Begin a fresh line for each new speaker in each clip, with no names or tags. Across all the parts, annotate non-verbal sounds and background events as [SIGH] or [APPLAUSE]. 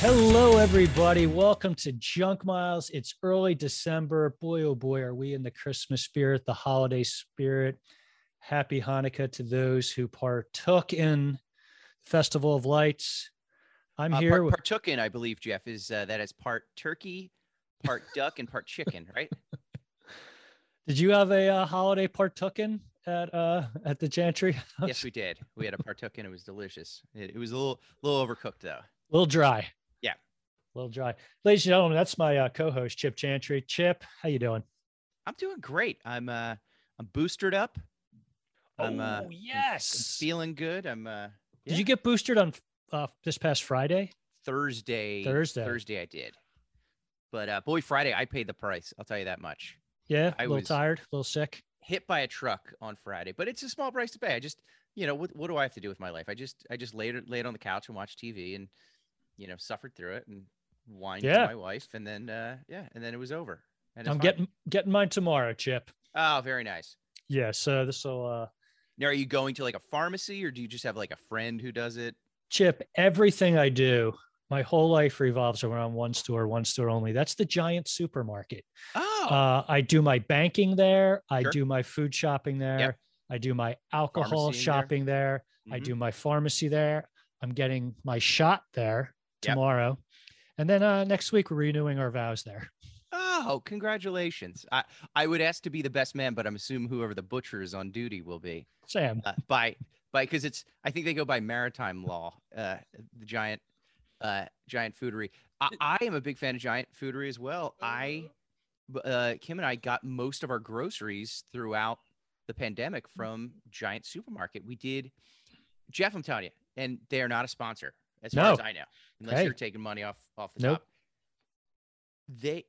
Hello, everybody. Welcome to Junk Miles. It's early December. Boy, oh boy, are we in the Christmas spirit, the holiday spirit. Happy Hanukkah to those who partook in Festival of Lights. I'm
Uh,
here
part,
with
partook in, I believe, Jeff, is uh, that is part turkey, part duck, and
[LAUGHS]
part chicken, right?
Did you have a uh, holiday partookin at uh at the Chantry? [LAUGHS]
yes, we did. We had a partook in. It was delicious. It, it was a little, little overcooked though.
A little dry.
Yeah.
A little dry. Ladies and gentlemen, that's my uh, co-host Chip Chantry. Chip, how you doing?
I'm doing great. I'm, uh, I'm boostered up. I'm, uh,
oh
I'm
yes.
feeling good. I'm uh,
Did
yeah.
you get boosted on uh, this past Friday?
Thursday.
Thursday.
Thursday, I did. But uh, boy, Friday, I paid the price. I'll tell you that much.
Yeah, a
I
little
was-
tired, a little sick.
hit by a truck on Friday, but it's a small price to pay. I just, you know, what, what do I have to do with my life? I just, I just laid, laid on the couch and watched TV and, you know, suffered through it and whined
Yeah.
to my wife. And then, uh, yeah. And then it was over. And it's
I'm
fine.
getting getting mine tomorrow, Chip.
oh, very nice.
Yeah, so this will uh
Now, are you going to like a pharmacy or do you just have like a friend who does it?
Chip, everything I do, my whole life revolves around one store, one store only. That's the giant supermarket.
Oh,
Uh, I do my banking there. I
Sure.
do my food shopping there. I do my alcohol
Pharmacy in there.
shopping there. I
mhm.
do my pharmacy there. I'm getting my shot there
Yep.
tomorrow. And then uh, next week, we're renewing our vows there.
Oh, congratulations. I, I would ask to be the best man, but I'm assuming whoever the butcher is on duty will be.
Sam,
[LAUGHS] uh, by by because it's I think they go by maritime law. Uh, the giant uh, giant foodery. I, I am a big fan of giant foodery as well. I b- uh, Kim and I got most of our groceries throughout the pandemic from Giant Supermarket. We did Jeff, I'm telling you, and they are not a sponsor as far
No.
as I know, unless
Hey.
you're taking money off off the
Nope.
top. They,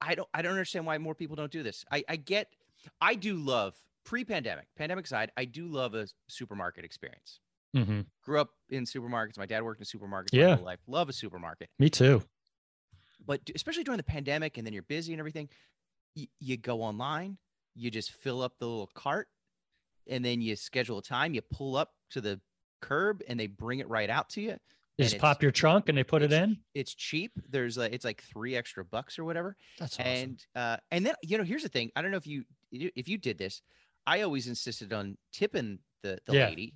I don't, I don't understand why more people don't do this. I, I get, I do love pre-pandemic, pandemic side. I do love a supermarket experience.
Mhm.
Grew up in supermarkets. My dad worked in supermarkets
Yeah.
my whole life. Love a supermarket,
me too.
but d- especially during the pandemic, and then you're busy and everything. Y- you go online, you just fill up the little cart, and then you schedule a time. You pull up to the curb, and they bring it right out to you.
You
And
Just
it's-
pop your trunk and they put it
it's-
in.
it's cheap. There's like it's like three extra bucks or whatever.
That's awesome.
And uh, and then you know here's the thing. I don't know if you you- if you did this. I always insisted on tipping the the
Yeah.
lady.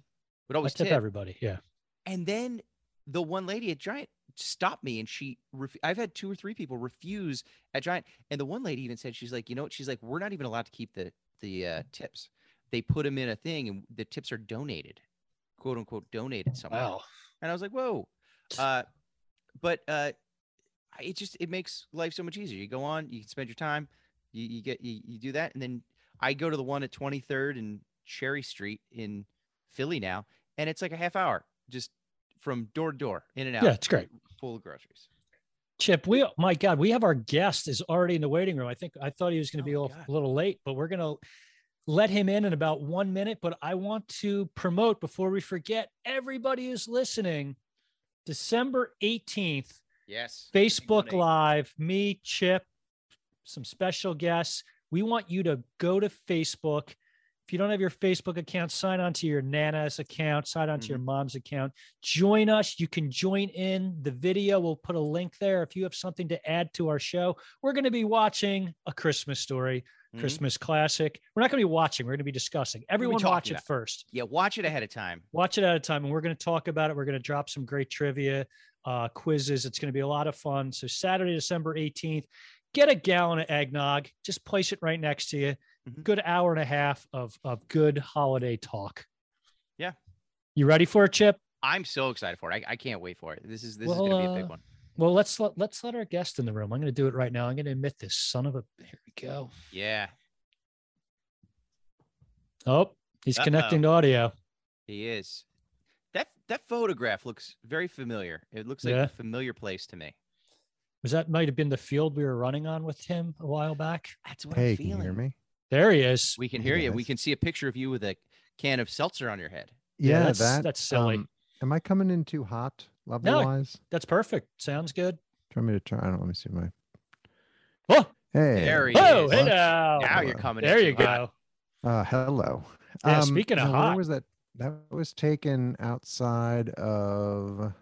Would
I
always
tip
tip.
everybody. Yeah.
and then the one lady at Giant stopped me, and she. Ref- I've had two or three people refuse at Giant, and the one lady even said she's like, you know what? She's like, we're not even allowed to keep the the uh, tips. They put them in a thing, and the tips are donated, quote unquote, donated somewhere and I was like, "Whoa!" Uh, but uh, I- it just it makes life so much easier. You go on, you can spend your time, you, you get you, you do that, and then I go to the one at 23rd and Cherry Street in Philly now, and it's like a half hour just from door to door, in and out.
Yeah, it's great.
full of groceries.
Chip, we my God, we have our guest is already in the waiting room. I think I thought he was going to be a
Oh,
little,
God.
a little late, but we're going to let him in in about one minute. But I want to promote before we forget everybody who's listening. December eighteenth,
Yes,
Facebook
Live.
Live, me, Chip, some special guests. We want you to go to Facebook. If you don't have your Facebook account, sign on to your Nana's account, sign on to your mom's account. Join us. You can join in the video. We'll put a link there. If you have something to add to our show, we're going to be watching a Christmas story,
Mhm.
Christmas classic. We're not going to be watching, Mm-hmm. we're going to be discussing. Everyone watch
talking
it
about.
first
Mm-hmm. Yeah, watch it ahead of time.
watch it at a time and we're going to talk about it we're going to drop some great trivia uh, quizzes it's going to be a lot of fun so saturday december 18th get a gallon of eggnog just place it right next to you
Mhm.
good hour and a half of, of good holiday talk
Yeah.
you ready for it chip
I'm so excited for it. I, I can't wait for it. This is this
Well,
is gonna be a
uh,
big one.
well let's let, let's let our guest in the room i'm going to do it right now i'm going to admit this son of a here we go
Yeah,
oh he's
Uh-oh.
connecting to audio
He is. That that photograph looks very familiar. It looks like
Yeah.
a familiar place to me.
was that might have been the field we were running on with him a while back
That's what
hey,
I'm
can
feeling.
you hear me?
there he is
We can hear you. We
Yes.
can see a picture of you with a can of seltzer on your head.
Yeah,
Yeah,
that's-
that, um,
that's silly.
am I coming in too hot level wise?
that's perfect sounds good
Do you want me to try? I don't let me see my.
oh
Hey,
There he
Whoa,
is.
hey
Watch.
now.
now you're
wow.
coming. in
Oh, There
too
you
hot.
go.
Uh, hello.
Yeah, speaking of
no,
hot.
where was that? That was taken outside of.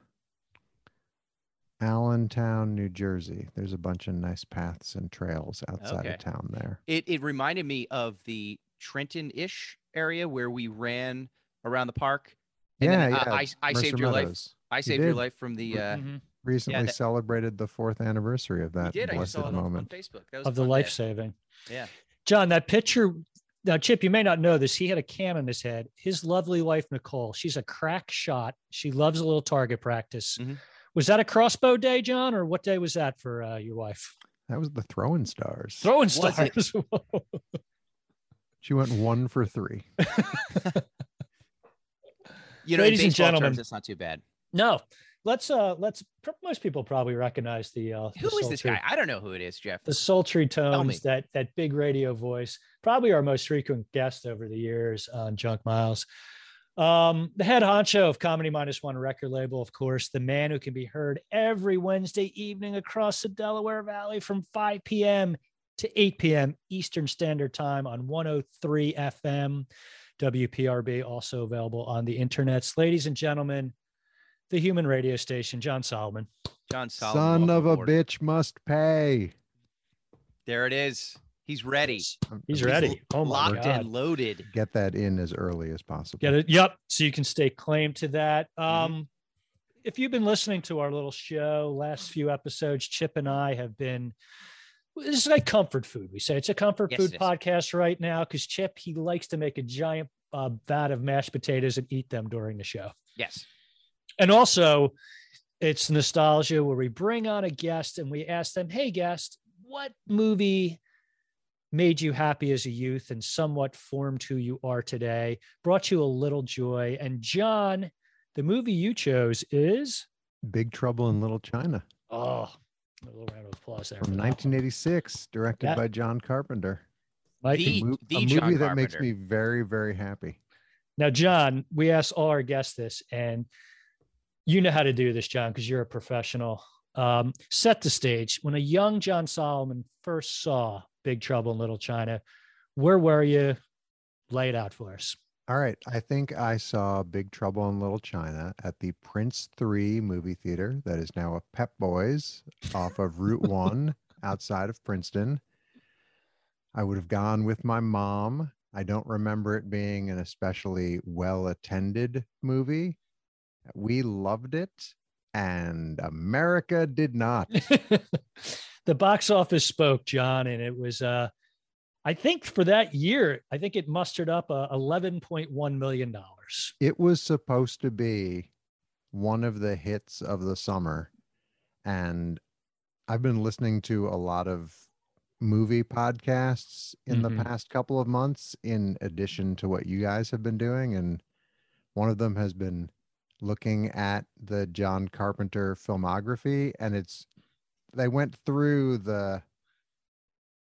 Allentown, New Jersey. There's a bunch of nice paths and trails outside
Okay.
of town there.
It it reminded me of the Trenton-ish area where we ran around the park. And
yeah,
then uh,
yeah.
I, I, I saved your life.
Meadows
I saved your
did.
life from the.
Re-
Uh,
Mhm.
Recently
that-
celebrated the fourth anniversary of
we
that
did. I just
blessed
saw it on, on
moment.
Facebook. That was
of the
life.
life saving.
Yeah.
John, that picture. Now, Chip, you may not know this. He had a can in his head. His lovely wife, Nicole, she's a crack shot. She loves a little target practice.
Mhm.
Was that a crossbow day, John, or what day was that for uh, your
[LAUGHS]
wife?
that was the throwing stars.
Throwing
Was it?
stars. [LAUGHS] Whoa.
she went one for three.
You know,
Ladies
in
and
baseball
gentlemen.
terms, that's not too bad.
no, let's uh, let's. pr- Most people probably recognize the. Uh,
Who
the
is this
sultry-
guy? I don't know who it is, Jeff.
The sultry
me.
tones, that that big radio voice, probably our most frequent guest over the years on Junk Miles. Um, the head honcho of Comedy Minus One record label, of course, the man who can be heard every Wednesday evening across the Delaware Valley from 5 p.m. to 8 p.m. Eastern Standard Time on 103 FM, WPRB, also available on the internets. Ladies and gentlemen, the human radio station, John Solomon.
John Solomon.
Son of a bitch must pay.
There it is. He's ready.
I'm-
He's
I'm just
ready. Oh my
Locked
God.
and loaded.
Get that in as early as possible.
Get it? Yep. So you can stake claim to that. Um,
Mhm.
If you've been listening to our little show, last few episodes, Chip and I have been. This is like comfort food. We say it's a comfort
Yes,
food
it is.
podcast right now because Chip he likes to make a giant uh, vat of mashed potatoes and eat them during the show.
Yes.
And also, it's nostalgia where we bring on a guest and we ask them, "Hey, guest, what movie made you happy as a youth and somewhat formed who you are today? Brought you a little joy?" And John, the movie you chose is
Big Trouble in Little China
oh, a little round of applause there.
from
for that one.
1986, directed
That-
by John Carpenter.
Mike,
The-
a mo-
the
a movie
John
that makes me
Carpenter.
very, very happy.
Now, John, we asked all our guests this, and you know how to do this, John, because you're a professional. Um, set the stage. When a young John Solomon first saw Big Trouble in Little China, where were you? Lay it out for us. [LAUGHS]
All right. I think I saw Big Trouble in Little China at the Prince 3 movie theater that is now a Pep Boys off of Route 1 outside of Princeton. I would have gone with my mom. I don't remember it being an especially well attended movie. We loved it, and America did not.
the box office spoke, John, and it was, uh, I think for that year, I think it mustered up uh, $11.1 million.
it was supposed to be one of the hits of the summer and i've been listening to a lot of movie podcasts in
Mhm.
the past couple of months in addition to what you guys have been doing and one of them has been looking at the john carpenter filmography and it's they went through the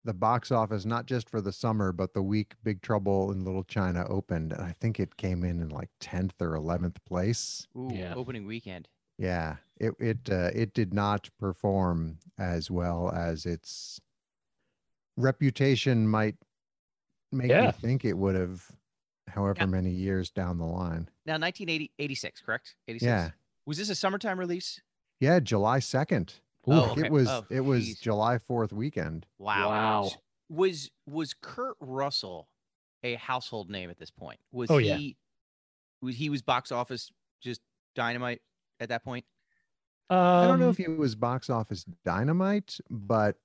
the box office not just for the summer but the week big trouble in little china opened and i think it came in in like 10th or 11th place
Ooh,
Yeah.
opening weekend.
yeah it it uh, it did not perform as well as its reputation might make
Yeah.
me think it would have however
Yeah.
many years down the line
Now 1986, correct? 86.
yeah
Was this a summertime release?
yeah july 2nd
Oh, okay.
it was
Oh,
it was
geez.
july 4th weekend
Wow.
Wow.
Was was Kurt Russell a household name at this point? Was
Oh,
he
yeah.
was he was box office just dynamite at that point?
Um,
I don't know if he was box office dynamite, but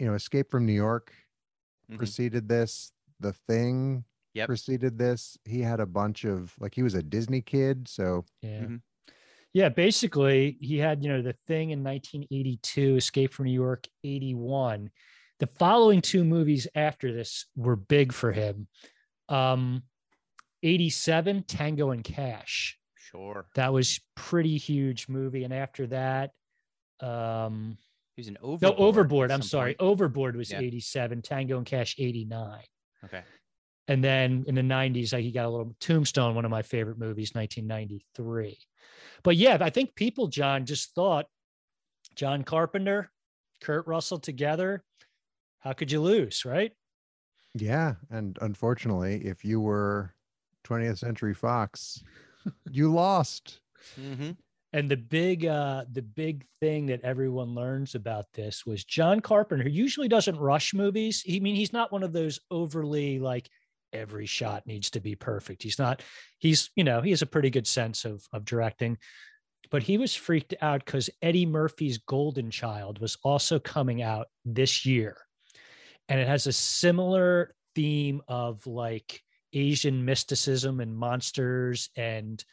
you know, Escape from New York
Mm-hmm.
Mhm.
preceded this. The Thing
Yep.
preceded this. He had a bunch of like he was a Disney kid, so
Yeah.
Mhm.
Yeah, basically he had, you know, the thing in 1982, Escape from New York 81. The following two movies after this were big for him. Um 87 Tango and Cash.
Sure.
That was pretty huge movie and after that um
He was an overboard.
no
at
Overboard, I'm
some
sorry.
point.
Overboard was
Yeah.
87, Tango and Cash 89.
Okay.
And then in the 90s, like he got a little Tombstone, one of my favorite movies, 1993. But yeah, I think people, John, just thought John Carpenter, Kurt Russell together, how could you lose, right?
yeah. And unfortunately,
[LAUGHS]
if you were 20th Century Fox, you lost.
Mhm.
And the big uh the big thing that everyone learns about this was John Carpenter, who usually doesn't rush movies. He- I mean, he's not one of those overly like every shot needs to be perfect. He's not, he's, you know, he has a pretty good sense of of directing. But he was freaked out because Eddie Murphy's Golden Child was also coming out this year. And it has a similar theme of like Asian mysticism and monsters and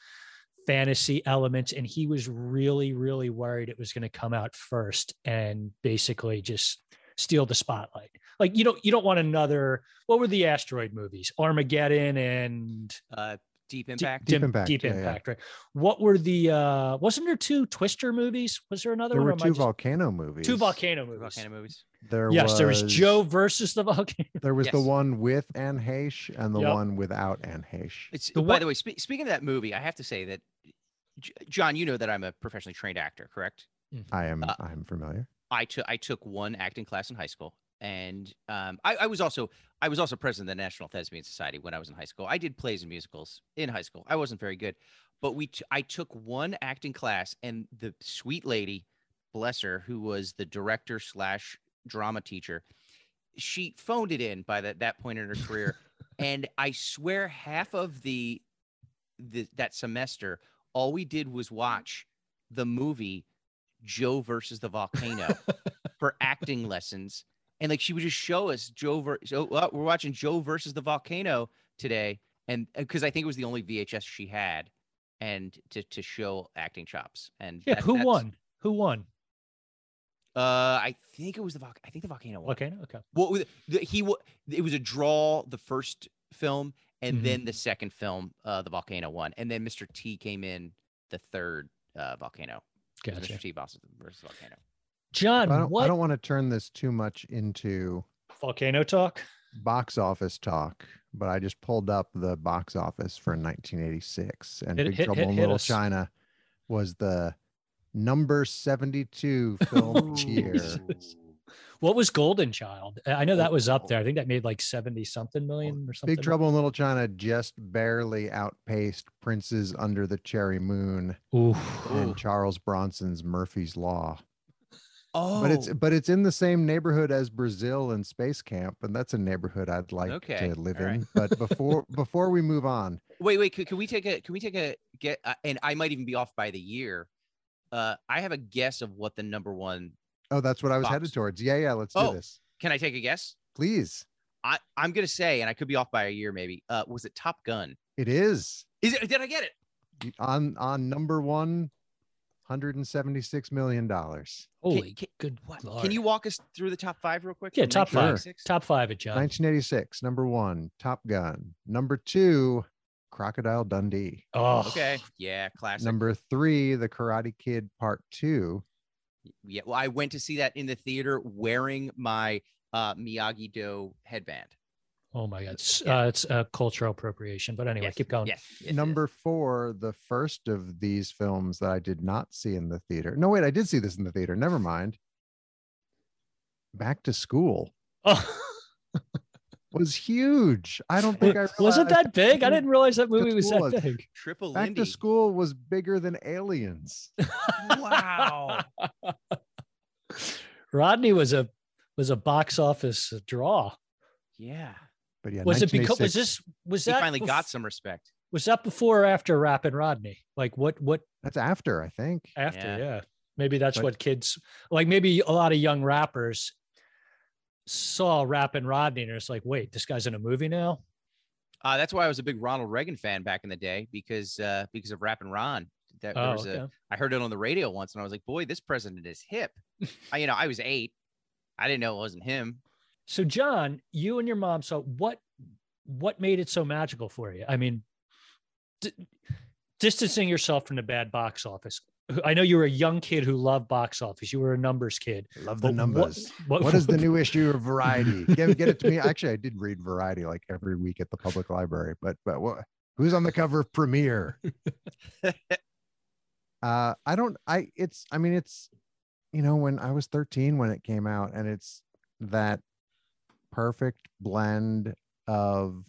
fantasy elements and he was really really worried it was going to come out first and basically just steal the spotlight like you don't you don't want another what were the asteroid movies armageddon and
Uh, Deep Impact.
Deep
Dim-
Impact,
deep
yeah, yeah.
impact right what were the uh wasn't there two twister movies was there another
There
one
were
or am I
two
just-
volcano movies.
two volcano movies
Volcano movies.
There
yes
was,
there was joe versus the volcano
[LAUGHS]
[LAUGHS]
There was the
Yes.
one with Anne Heche and the
Yep.
one without Anne Heche.
It's
The
by
one-
the way. Spe- speaking of that movie, I have to say that, J- John, you know that I'm a professionally trained actor, correct?
I am
uh,
I am familiar.
I took I took one acting class in high school, and um, I, I was also I was also president of the National Thespian Society when I was in high school. I did plays and musicals in high school. I wasn't very good, but we t- I took one acting class, and the sweet lady, bless her, who was the director slash drama teacher, she phoned it in by that that point in her
[LAUGHS]
career, and I swear half of the, the that semester, all we did was watch the movie Joe versus
[LAUGHS]
the volcano for acting lessons. And like she would just show us Joe ver- so, uh, we're watching Joe versus the volcano today. And because I think it was the only VHS she had and to, to show acting chops. And
yeah
that-
who
that's-
won who won
Uh, I think it was the vol- I think the volcano won.
volcano okay
What was the, he wa- it was a draw the first film and
Mhm.
then the second film uh the volcano won. And then Mr. T came in the third uh volcano. It was
gotcha
Mr. T versus versus volcano.
john
But I don't,
what
I don't want to turn this too much into
volcano talk
box office talk, but I just pulled up the box office for 1986, and
Hit-
Big
hit-
Trouble
hit-
in
hit
Little
us.
China was the
[LAUGHS]
number 72
Oh,
[LAUGHS]
film of the year.
Jesus. What was Golden Child? I I know that was up there. I think that made like 70 something million or something.
Oh. Big Trouble in Little China just barely outpaced Prince's Under the Cherry Moon
Ooh.
and Charles Bronson's Murphy's Law.
Oh,
But it's but it's in the same neighborhood as Brazil and Space Camp, and that's a neighborhood I'd like
Okay,
to live
all right.
in. But
[LAUGHS]
before before we move on,
Wait, wait. Can, can we take a? Can we take a get? Uh, and I might even be off by the year. Uh, I have a guess of what the number one.
oh, that's what I was
Box.
headed towards. Yeah, yeah, let's
Oh.
do this,
Can I take a guess?
please.
I I'm gonna say, and I could be off by a year maybe. Uh, was it Top Gun?
It is
Is it? Did I get it?
You- on on number one, hundred and seventy six million dollars,
Holy
can-
good
What?
lord.
Can you walk us through the top five real quick?
Yeah,
from
top five.
1996?
Top five at John.
nineteen eighty six. Number one, Top Gun. Number two, Crocodile Dundee.
Oh,
Okay. Yeah, classic.
Number three, The Karate Kid Part Two.
yeah. Well, I went to see that in the theater wearing my uh, Miyagi Do headband.
Oh my God. It's,
Yeah.
uh, it's uh, cultural appropriation. But anyway,
Yes,
keep going.
Yes. yes, yes.
Number four, the first of these films that I did not see in the theater. No, wait, I did see this in the theater. Never mind. Back to School
[LAUGHS] Oh,
was huge. I don't think I
wasn't
realized
that big? I
[LAUGHS]
didn't realize that movie was
school
that
was-
big.
Triple
Back
Lindy.
to School was bigger than Aliens.
Wow.
Rodney was a was a box office draw.
[LAUGHS] yeah.
But yeah,
Was it because was
1986
this was
He
that
finally
bef-
got some respect.
was that before or after Rap and Rodney? Like what what
That's after, I think.
after yeah,
Yeah.
maybe that's
But-
what kids like maybe a lot of young rappers saw rap and rodney and it's like wait this guy's in a movie now
Uh, that's why I was a big Ronald Reagan fan back in the day because uh, because of Rap and Ron. That there
oh,
was a,
okay.
I heard it on the radio once, and I was like, "Boy, this president is
[LAUGHS]
hip." I, you know, I was eight. I didn't know it wasn't him.
so john you and your mom saw what what made it so magical for you i mean d- distancing yourself from the bad box office i know you were a young kid who loved box office you were a numbers kid
Love
But
the
what-
numbers.
what,
what is
[LAUGHS]
the new issue of Variety? Get, get it to me. Actually, I did read Variety like every week at the public library, but but what, who's on the cover of Premiere? uh, I don't. I it's. I mean, it's. You know, when I was 13 when it came out, and it's that perfect blend of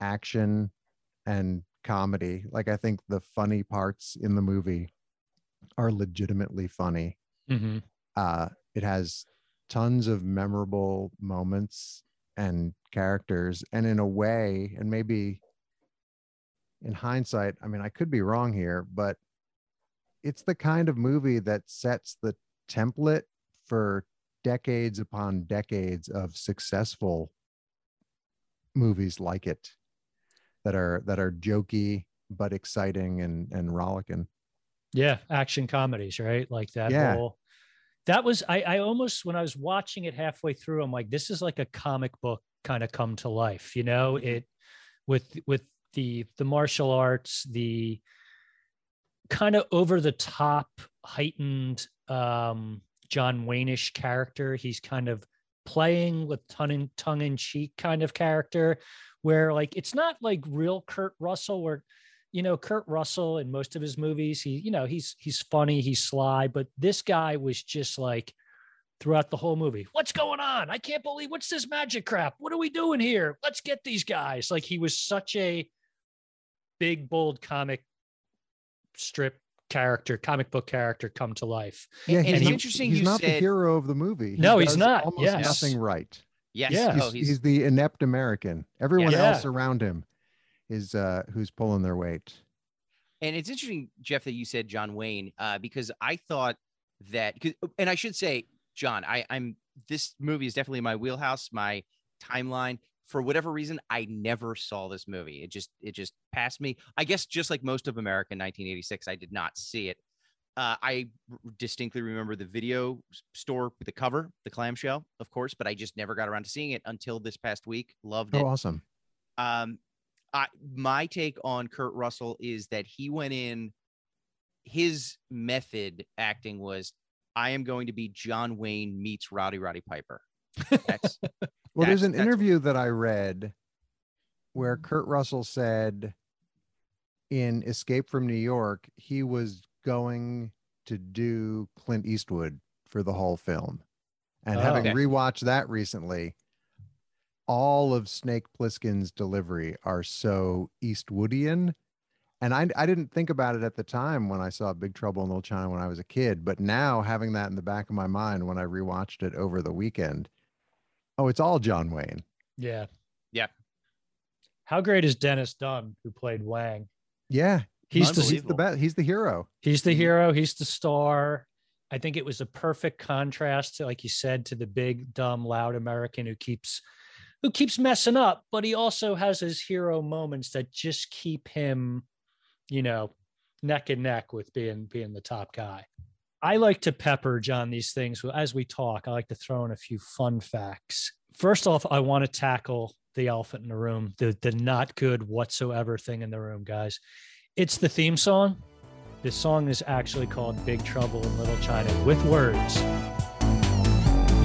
action and comedy. Like I think the funny parts in the movie are legitimately funny.
Mm-hmm.
Uh, it has tons of memorable moments and characters, and in a way, and maybe in hindsight, I mean, I could be wrong here, but it's the kind of movie that sets the template for decades upon decades of successful movies like it that are that are jokey but exciting and and rollicking.
Yeah, action comedies, right? Like that
Yeah.
whole. That was I. I almost when I was watching it halfway through, I'm like, this is like a comic book kind of come to life, you know? It with with the the martial arts, the kind of over the top, heightened um, John Wayne-ish character. He's kind of playing with tongue in tongue in cheek kind of character, where like it's not like real Kurt Russell, where you know Kurt Russell in most of his movies, he you know he's he's funny, he's sly, but this guy was just like throughout the whole movie, what's going on? I can't believe what's this magic crap? What are we doing here? Let's get these guys. Like he was such a big bold comic strip character, comic book character come to life.
Yeah,
and
he's
it's
not-
interesting
he's
you
not the
said
hero of the movie. He
No, he's
does
not.
Almost
Yes.
nothing right.
yes.
Yeah.
He's,
Oh,
he's, the inept American. Everyone
Yeah.
else around him is uh who's pulling their weight.
And it's interesting, Jeff, that you said John Wayne, uh, because I thought that, 'cause- oh, and I should say, John, I, I'm this movie is definitely my wheelhouse, my timeline. For whatever reason, I never saw this movie. It just it just passed me. I guess just like most of America in 1986, I did not see it. Uh, I r- distinctly remember the video s- store, with the cover, the clamshell, of course, but I just never got around to seeing it until this past week. Loved it.
Oh, awesome.
Um, I, my take on Kurt Russell is that he went in. His method acting was, I am going to be John Wayne meets Rowdy Roddy Piper.
[LAUGHS]
That's
Well, there's
That's-
an
that's-
interview that I read where Kurt Russell said in Escape from New York, he was going to do Clint Eastwood for the whole film. And
Oh.
having
Okay.
rewatched that recently, all of Snake Plissken's delivery are so Eastwoodian. And I, I didn't think about it at the time when I saw Big Trouble in Little China when I was a kid. But now having that in the back of my mind when I rewatched it over the weekend, oh, it's all John Wayne.
Yeah.
Yeah.
How great is Dennis Dunn who played Wang?
Yeah,
He's
he's
the
Unbelievable.
the best. He's the hero.
he's the
Mhm.
hero, he's the star. I think it was a perfect contrast to like you said to the big dumb loud American who keeps who keeps messing up, but he also has his hero moments that just keep him, you know, neck and neck with being being the top guy. I like to pepper John these things with- as we talk. I like to throw in a few fun facts. First off, I want to tackle the elephant in the room, the the not good whatsoever thing in the room, guys. It's the theme song. The song is actually called Big Trouble in Little China with words.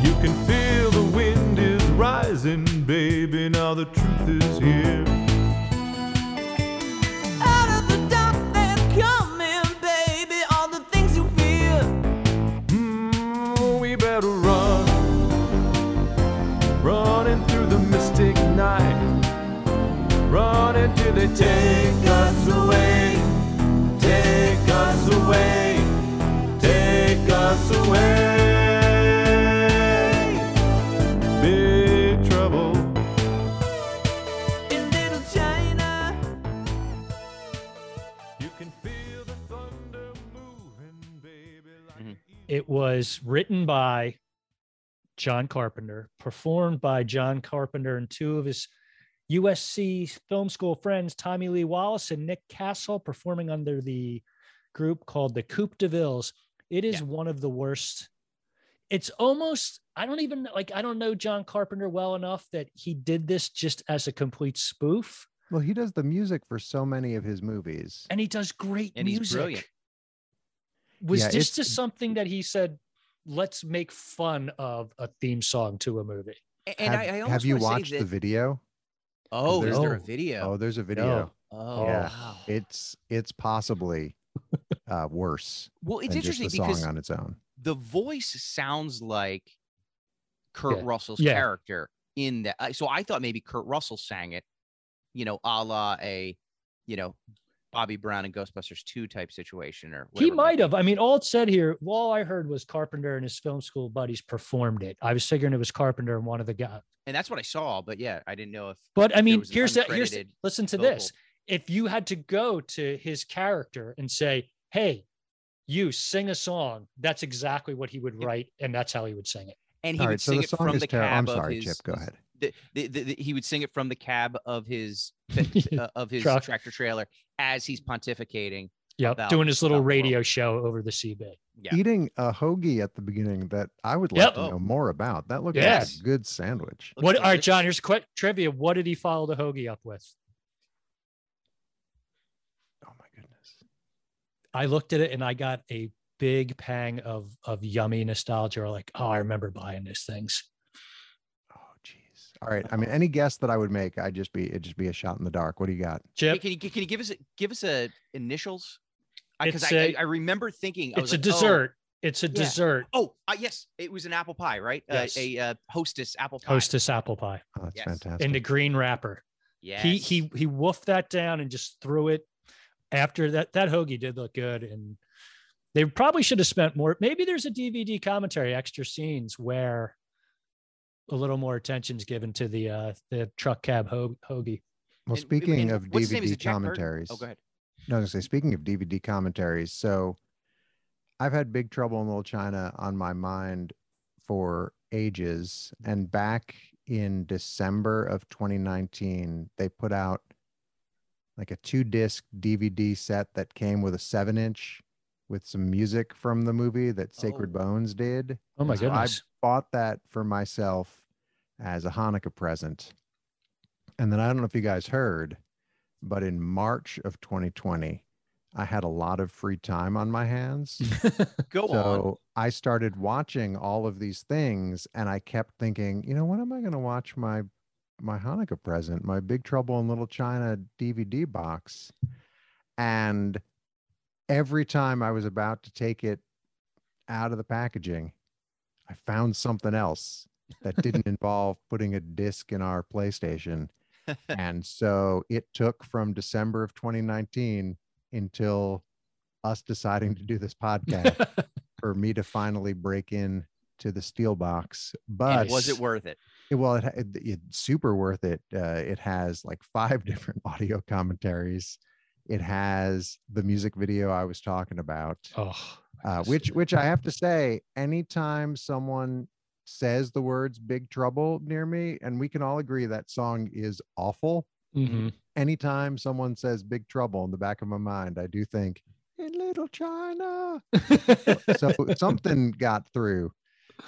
You can feel the wind is rising, baby. Now the truth is here.
Out of the dark that's coming, baby, all the things you feel.
Mm, we better run, running through the mystic night, running till they take us away, take us away, take us away. Big trouble.
In little China.
You can feel the thunder moving, baby, like
Mhm.
an
It was written by John Carpenter, performed by John Carpenter and two of his USC film school friends, Tommy Lee Wallace and Nick Castle, performing under the group called the Coupe de Villes. It is
Yeah.
one of the worst. It's almost, I don't even like, I don't know John Carpenter well enough that he did this just as a complete spoof.
Well, he does the music for so many of his movies.
and he does great
And he's
music.
brilliant.
Was
Yeah,
this
it's-
just something that he said? Let's make fun of a theme song to a movie.
a- and
have,
I, I
have
almost
you
wanna say
watched the
that-
video?
Oh,
There's-
is there a
Oh.
Oh,
video?
there's a video.
Oh,
Yeah.
wow.
It's it's possibly uh, worse
well, it's
than
interesting
just the song
because
on its own.
the voice sounds like Kurt
Yeah.
Russell's
Yeah.
character in uh, that. I- So I thought maybe Kurt Russell sang it, you know, a la a, you know, Bobby Brown and Ghostbusters 2 type situation or
He
whatever it
might
be.
have. I mean, all it said here, all I heard was Carpenter and his film school buddies performed it. I was figuring it was Carpenter and one of the guys.
And that's what I saw, but yeah, I didn't know if
But I
there
mean,
was an
here's that. Here's
uncredited
listen to
vocal.
this. If you had to go to his character and say, "Hey, you sing a song," that's exactly what he would write, and that's how he would sing it.
and he
All
would
right, so
sing
the
it
song
from
is
the
terrible.
cab
I'm
of
sorry,
his,
Chip. Go ahead.
The, the, the, the- he would sing it from the cab of his
[LAUGHS]
uh, of his
Truck.
tractor trailer as he's pontificating.
Yep,
About-
doing his little
about the
radio show over the seabed.
Yeah.
Eating a hoagie at the beginning that I would like
Yep.
to know more about. That looked
Yes.
like a good sandwich.
Looks
What? All right,
delicious.
John. Here's a quick trivia. What did he follow the hoagie up with?
Oh my goodness.
I looked at it and I got a big pang of of yummy nostalgia. Like, oh, I remember buying these things.
Oh jeez. All right. I
Oh.
mean, any guess that I would make, I'd just be it'd just be a shot in the dark. What do you got?
Hey,
Chip,
can you can you give us a, give us a initials? Because
It's
I,
a-
I, I remember thinking I
it's
was
a
like, oh,
dessert. It's a
Yeah.
dessert.
Oh, uh, yes, it was an apple pie, right?
Yes.
Uh, a uh, hostess apple pie.
Hostess apple pie
Oh, that's
Yes.
fantastic.
in the green wrapper.
Yes.
He he he woofed that down and just threw it. After that, that hoagie did look good, and they probably should have spent more. Maybe there's a DVD commentary, extra scenes where a little more attention's given to the uh the truck cab ho- hoagie.
well,
And- and-
speaking
and
of
what's his name? Is
DVD
it Jack Burton?
commentaries.
Oh, go ahead.
No, I was gonna say, speaking of DVD commentaries, so I've had Big Trouble in Little China on my mind for ages. And back in December of 2019, they put out like a two disc DVD set that came with a seven inch with some music from the movie that Sacred
Oh.
Bones did.
Oh my
So I-
goodness!
Bought that for myself as a Hanukkah present. And then I don't know if you guys heard, but in March of 2020, I had a lot of free time on my hands.
Go on.
So I started watching all of these things, and I kept thinking, you know, when am I going to watch my my Hanukkah present, my Big Trouble in Little China DVD box? And every time I was about to take it out of the packaging, I found something else that didn't involve putting a disc in our
[LAUGHS]
PlayStation. and so it took from December of 2019 until us deciding to do this podcast
[LAUGHS]
for me to finally break in to the steel box but
And was it worth it?
it- well it, it, it's super worth it uh, it has like five [LAUGHS] different audio commentaries it has the music video i was talking about
oh,
uh, which which i have to say anytime someone says the words big trouble near me and we can all agree that song is awful
Mhm.
anytime someone says big trouble in the back of my mind i do think in little china so something got through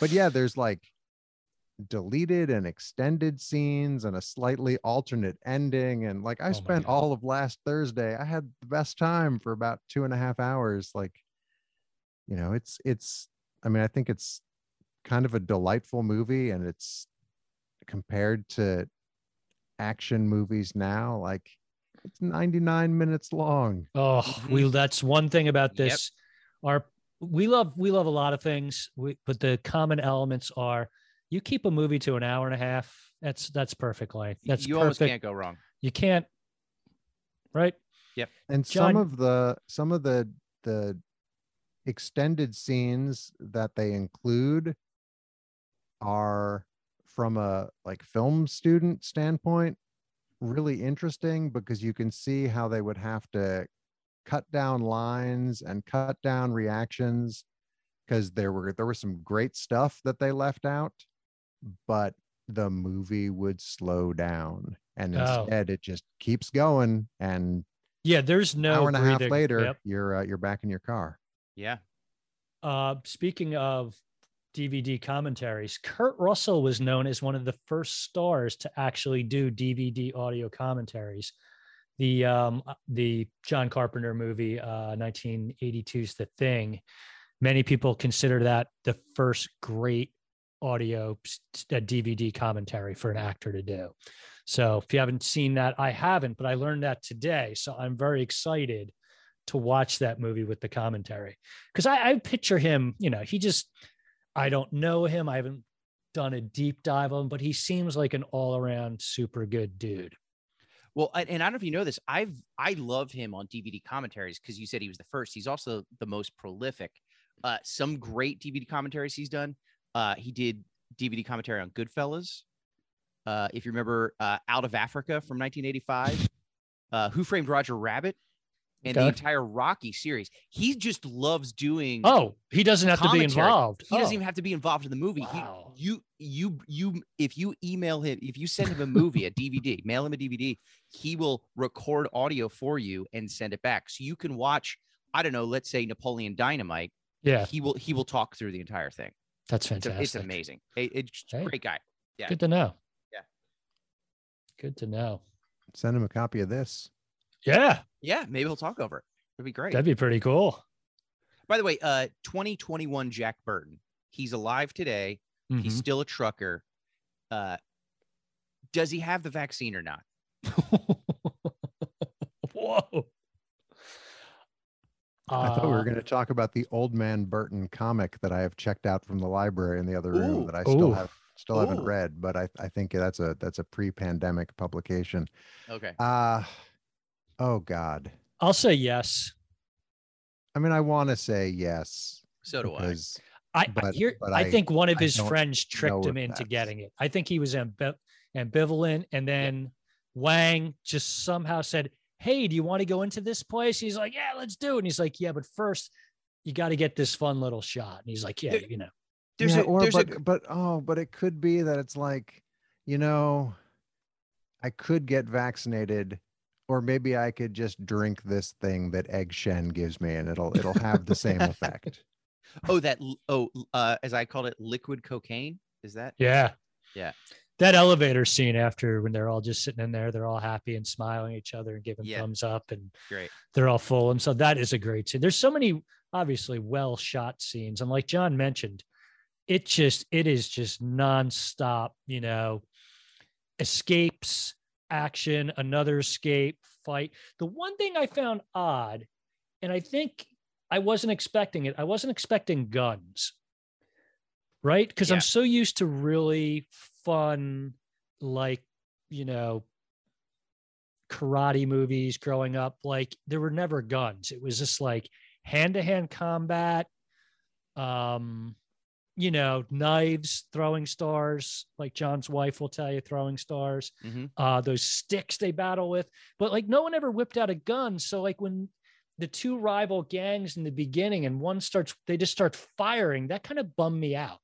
but yeah there's like deleted and extended scenes and a slightly alternate ending and like i
Oh my
spent
God.
all of last thursday i had the best time for about two and a half hours like you know it's it's i mean i think it's kind of a delightful movie and it's compared to action movies now like it's 99 minutes long
Oh,
Mhm.
we that's one thing about
Yep.
this. Our we love we love a lot of things, we, but the common elements are you keep a movie to an hour and a half. That's that's perfect length. That's
you almost
perfect.
can't go wrong.
You can't, right?
and
John-
some of the some of the the extended scenes that they include are from a like film student standpoint really interesting because you can see how they would have to cut down lines and cut down reactions because there were there was some great stuff that they left out but the movie would slow down and
Oh.
instead it just keeps going and
Yeah, there's no
hour and a half
breathing.
later,
Yep.
you're uh, you're back in your car.
Yeah.
Uh, speaking of DVD commentaries, Kurt Russell was known as one of the first stars to actually do DVD audio commentaries. The um, uh, the John Carpenter movie, uh, 1982's The Thing. Many people consider that the first great audio s- s- uh, DVD commentary for an actor to do. So if you haven't seen that, I haven't, but I learned that today. So I'm very excited to watch that movie with the commentary because I, I picture him, you know, he just, I don't know him. I haven't done a deep dive on him, but he seems like an all around super good dude.
Well, I- and I don't know if you know this. I've I love him on DVD commentaries because you said he was the first. He's also the most prolific. Uh, some great DVD commentaries he's done. Uh, he did DVD commentary on Goodfellas. Uh, if you remember, uh, Out of Africa from 1985, uh, Who Framed Roger Rabbit, and the
Okay.
entire Rocky series. He just loves doing.
Oh, he doesn't have to be
Commentary.
involved.
He
Oh.
doesn't even have to be involved in the movie. He-
Wow.
you, you, you. If you email him, if you send him a movie,
[LAUGHS]
a DVD, mail him a DVD, he will record audio for you and send it back, so you can watch. I don't know. Let's say Napoleon Dynamite.
yeah,
He will. He will talk through the entire thing.
that's
It's, a-
fantastic.
it's amazing. It- it's just a
Hey.
great guy. Yeah.
Good to know.
Yeah.
Good to know.
Send him a copy of this.
Yeah,
Yeah. Maybe he'll talk over it. It'd be great.
that'd be pretty cool. [LAUGHS]
By the way, uh, 2021 Jack Burton. He's alive today. He's
Mhm.
still a trucker. Uh, does he have the vaccine or not?
Whoa.
I thought
Uh,
we
Ah.
were going to talk about the Old Man Burton comic that I have checked out from the library in the other room
Ooh.
that I still
Ooh.
have still haven't
Ooh.
read, but I, I think that's a that's a pre-pandemic publication.
Okay.
Uh oh God.
I'll say yes.
I mean, I want to say yes
So do I.
because
I, I
But-
here,
but
I,
I-
think one of
I
his
don't
friends
know
tricked him
if
into
that's-
getting it. I think he was ambi- ambivalent, and then Wang just somehow said, "Hey, do you want to go into this place?" He's like, "Yeah, let's do it." And he's like, "Yeah, but first, you got to get this fun little shot." And he's like, "Yeah,
There-
you know,
There's
yeah,
a
or
there's
but
a
but oh, but it could be that it's like, you know, I could get vaccinated, or maybe I could just drink this thing that Egg Shen gives me, and it'll it'll have the
[LAUGHS]
same effect.
oh that l- oh l- uh, as I called it liquid cocaine is that
yeah,
Yeah.
That elevator scene after when they're all just sitting in there, they're all happy and smiling at each other and giving
Yeah.
thumbs up, and
great
they're all full. And so that is a great scene. There's so many obviously well shot scenes. And like John mentioned, it just it is just nonstop, you know, escapes, action, another escape, fight. The one thing I found odd, and I think I wasn't expecting it, I wasn't expecting guns. Right? Because
Yeah.
I'm so used to really fun, like, you know, karate movies growing up like there were never guns it was just like hand-to-hand combat um you know knives throwing stars like john's wife will tell you throwing stars
Mhm.
uh those sticks they battle with but like no one ever whipped out a gun so like when the two rival gangs in the beginning and one starts they just start firing that kind of bummed me out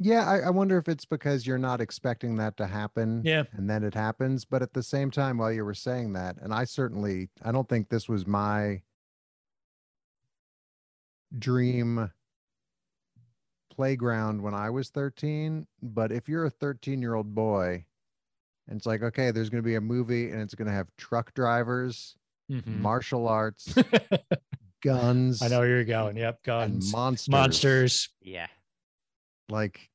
Yeah, I, I wonder if it's because you're not expecting that to happen.
yeah
and then it happens. But at the same time, while you were saying that, and I certainly, I don't think this was my dream playground when I was 13. But if you're a 13 year old boy, and it's like, okay, there's going to be a movie and it's going to have truck drivers, martial
[LAUGHS]
arts, guns,
i Hmm. know where you're going yep
and
guns
monsters.
monsters
yeah
Like,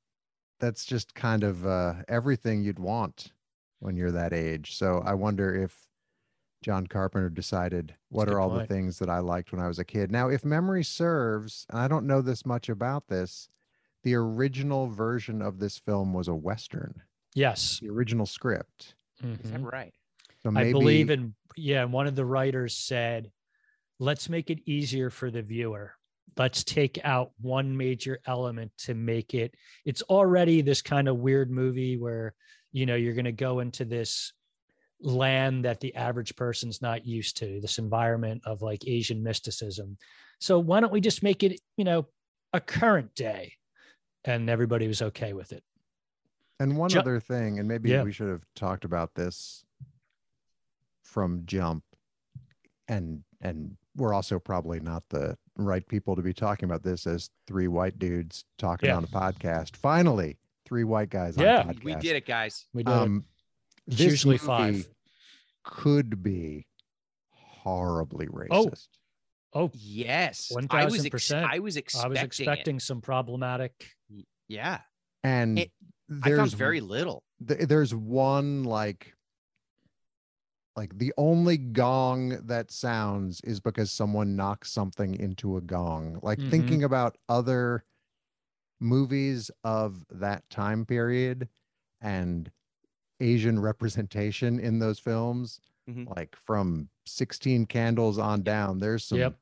that's just kind of uh, everything you'd want when you're that age. So I wonder if John Carpenter decided what
a good
are all
point.
the things that I liked when I was a kid. Now, if memory serves, and I don't know this much about this, the original version of this film was a western,
yes
the original script.
is that
Mm-hmm.
Mhm.
right
So maybe
I believe in yeah, one of the writers said, let's make it easier for the viewer. Let's take out one major element to make it. It's already this kind of weird movie where, you know, you're going to go into this land that the average person's not used to, this environment of like Asian mysticism. So why don't we just make it, you know, a current day? And everybody was okay with it.
And one
Ju-
other thing, and maybe
Yeah.
we should have talked about this from jump, and and we're also probably not the right people to be talking about this as three white dudes talking
Yeah.
on a podcast. Finally, three white guys.
Yeah.
on a podcast.
we did it guys
We did it.
Um,
It's
this
usually
movie
five.
Could be horribly racist.
Oh,
yes
1000%.
I was ex-
I
I
was
was expecting,
expecting some problematic
it. yeah
and
It- I
there's
found very little
th- there's one like like the only gong that sounds is because someone knocks something into a gong like
Mhm.
thinking about other movies of that time period and Asian representation in those films,
Mm-hmm.
Mhm.
like from 16 Candles on down. There's some
Yep.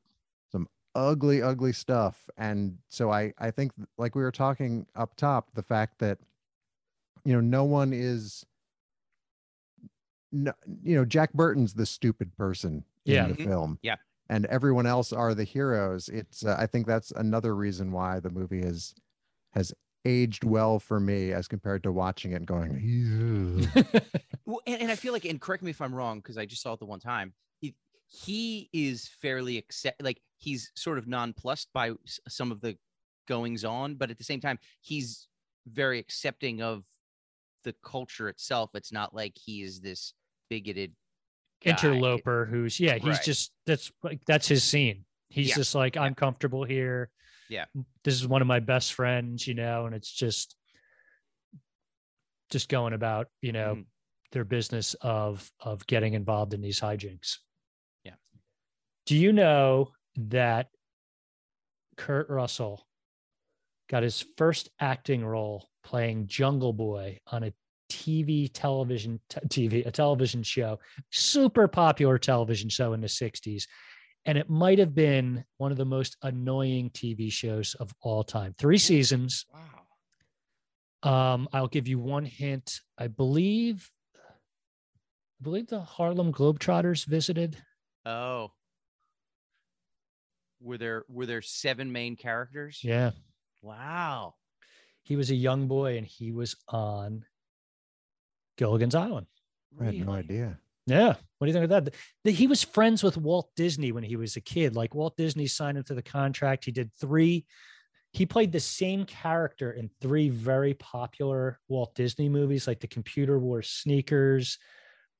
some ugly, ugly stuff. And so I I think like we were talking up top, the fact that you know no one is no, you know Jack Burton's the stupid person
Yeah.
in the
Mhm.
film.
Yeah.
And everyone else are the heroes. It's uh, I think that's another reason why the movie has has aged well for me as compared to watching it and going "Ew."
Well, and, and I feel like, and correct me if I'm wrong, because I just saw it the one time. He, he is fairly accept, like he's sort of nonplussed by s- some of the goings on, but at the same time, he's very accepting of the culture itself. It's not like he is this bigoted guy.
interloper who's yeah he's
Right.
just that's like that's his scene he's
Yeah.
just like
Yeah.
i'm comfortable here
Yeah.
this is one of my best friends you know and it's just just going about you know
Mhm.
their business of of getting involved in these hijinks
Yeah.
do you know that kurt russell got his first acting role playing jungle boy on a tv television t- tv a television show super popular television show in the 60s. And it might have been one of the most annoying TV shows of all time. Three seasons.
Wow.
Um, I'll give you one hint. I believe, I believe the Harlem Globetrotters visited.
Oh. Were there were there seven main characters?
Yeah.
Wow.
He was a young boy and he was on Gilligan's Island.
I had no
Really?
idea.
Yeah. What do you think of that? Th- th- He was friends with Walt Disney when he was a kid. Like Walt Disney signed him to the contract. He did three, he played the same character in three very popular Walt Disney movies, like The Computer War Sneakers.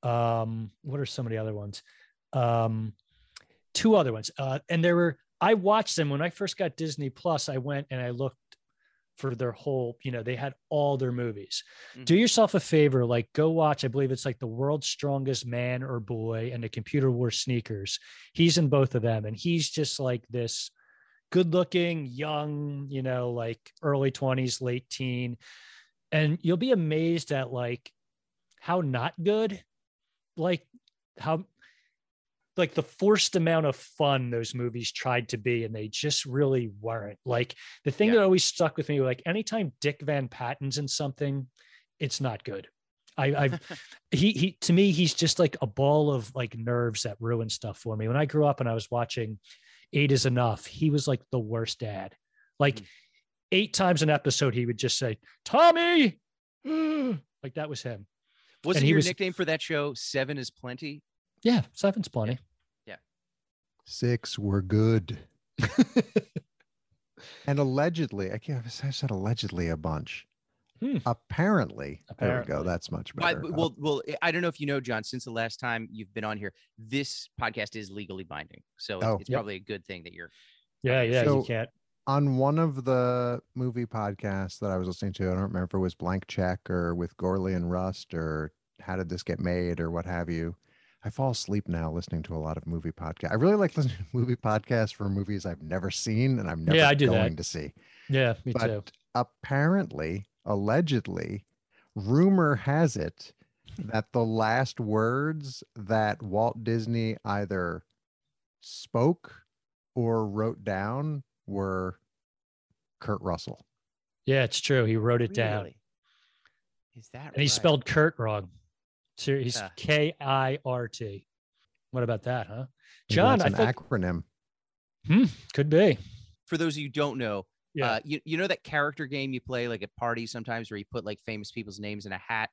Um, what are some of the other ones? Um, two other ones. Uh, and there were, I watched them when I first got Disney Plus. I went and I looked for their whole, you know, they had all their movies do yourself a favor like go watch i believe it's like the world's strongest man or boy and the computer war sneakers he's in both of them and he's just like this good looking young you know like early 20s late teen and you'll be amazed at like how not good like how like the forced amount of fun those movies tried to be and they just really weren't like the thing
Yeah.
that always stuck with me like anytime dick van patten's in something it's not good i i he he to me he's just like a ball of like nerves that ruin stuff for me when i grew up and i was watching eight is enough he was like the worst dad like
Mm.
eight times an episode he would just say tommy [GASPS] like that was him
Wasn't
he
your
was-
nickname for that show Seven is Plenty?
yeah seven's plenty
Six were good. [LAUGHS] and allegedly, I can't, I said allegedly a bunch.
Hmm.
Apparently, there we
Apparently.
go. That's much
Why-
better.
but- well, well, eh, I- I don't know if you know, John. Since the last time you've been on here, this podcast is legally binding, so it-
Oh.
it's
Yep.
probably a good thing that you're.
yeah yeah you
So-
can't
Uh, on one of the movie podcasts that I was listening to, I don't remember if it was Blank Check or with Gorley and Rust or How Did This Get Made or what have you. I fall asleep now listening to a lot of movie podcasts. I really like listening to movie podcasts for movies I've never seen and I'm never
Yeah, I do that.
going to see.
yeah me
but
too
apparently, allegedly, rumor has it that the last words that Walt Disney either spoke or wrote down were Kurt Russell.
yeah it's true he wrote it down
Really? Is that
and he
right?
spelled kurt wrong so he's
Yeah.
k-i-r-t what about that huh
Maybe
john i
that's an
think
acronym.
could be
For those of you who don't know,
yeah
uh, you you know that character game you play like at parties sometimes, where you put like famous people's names in a hat,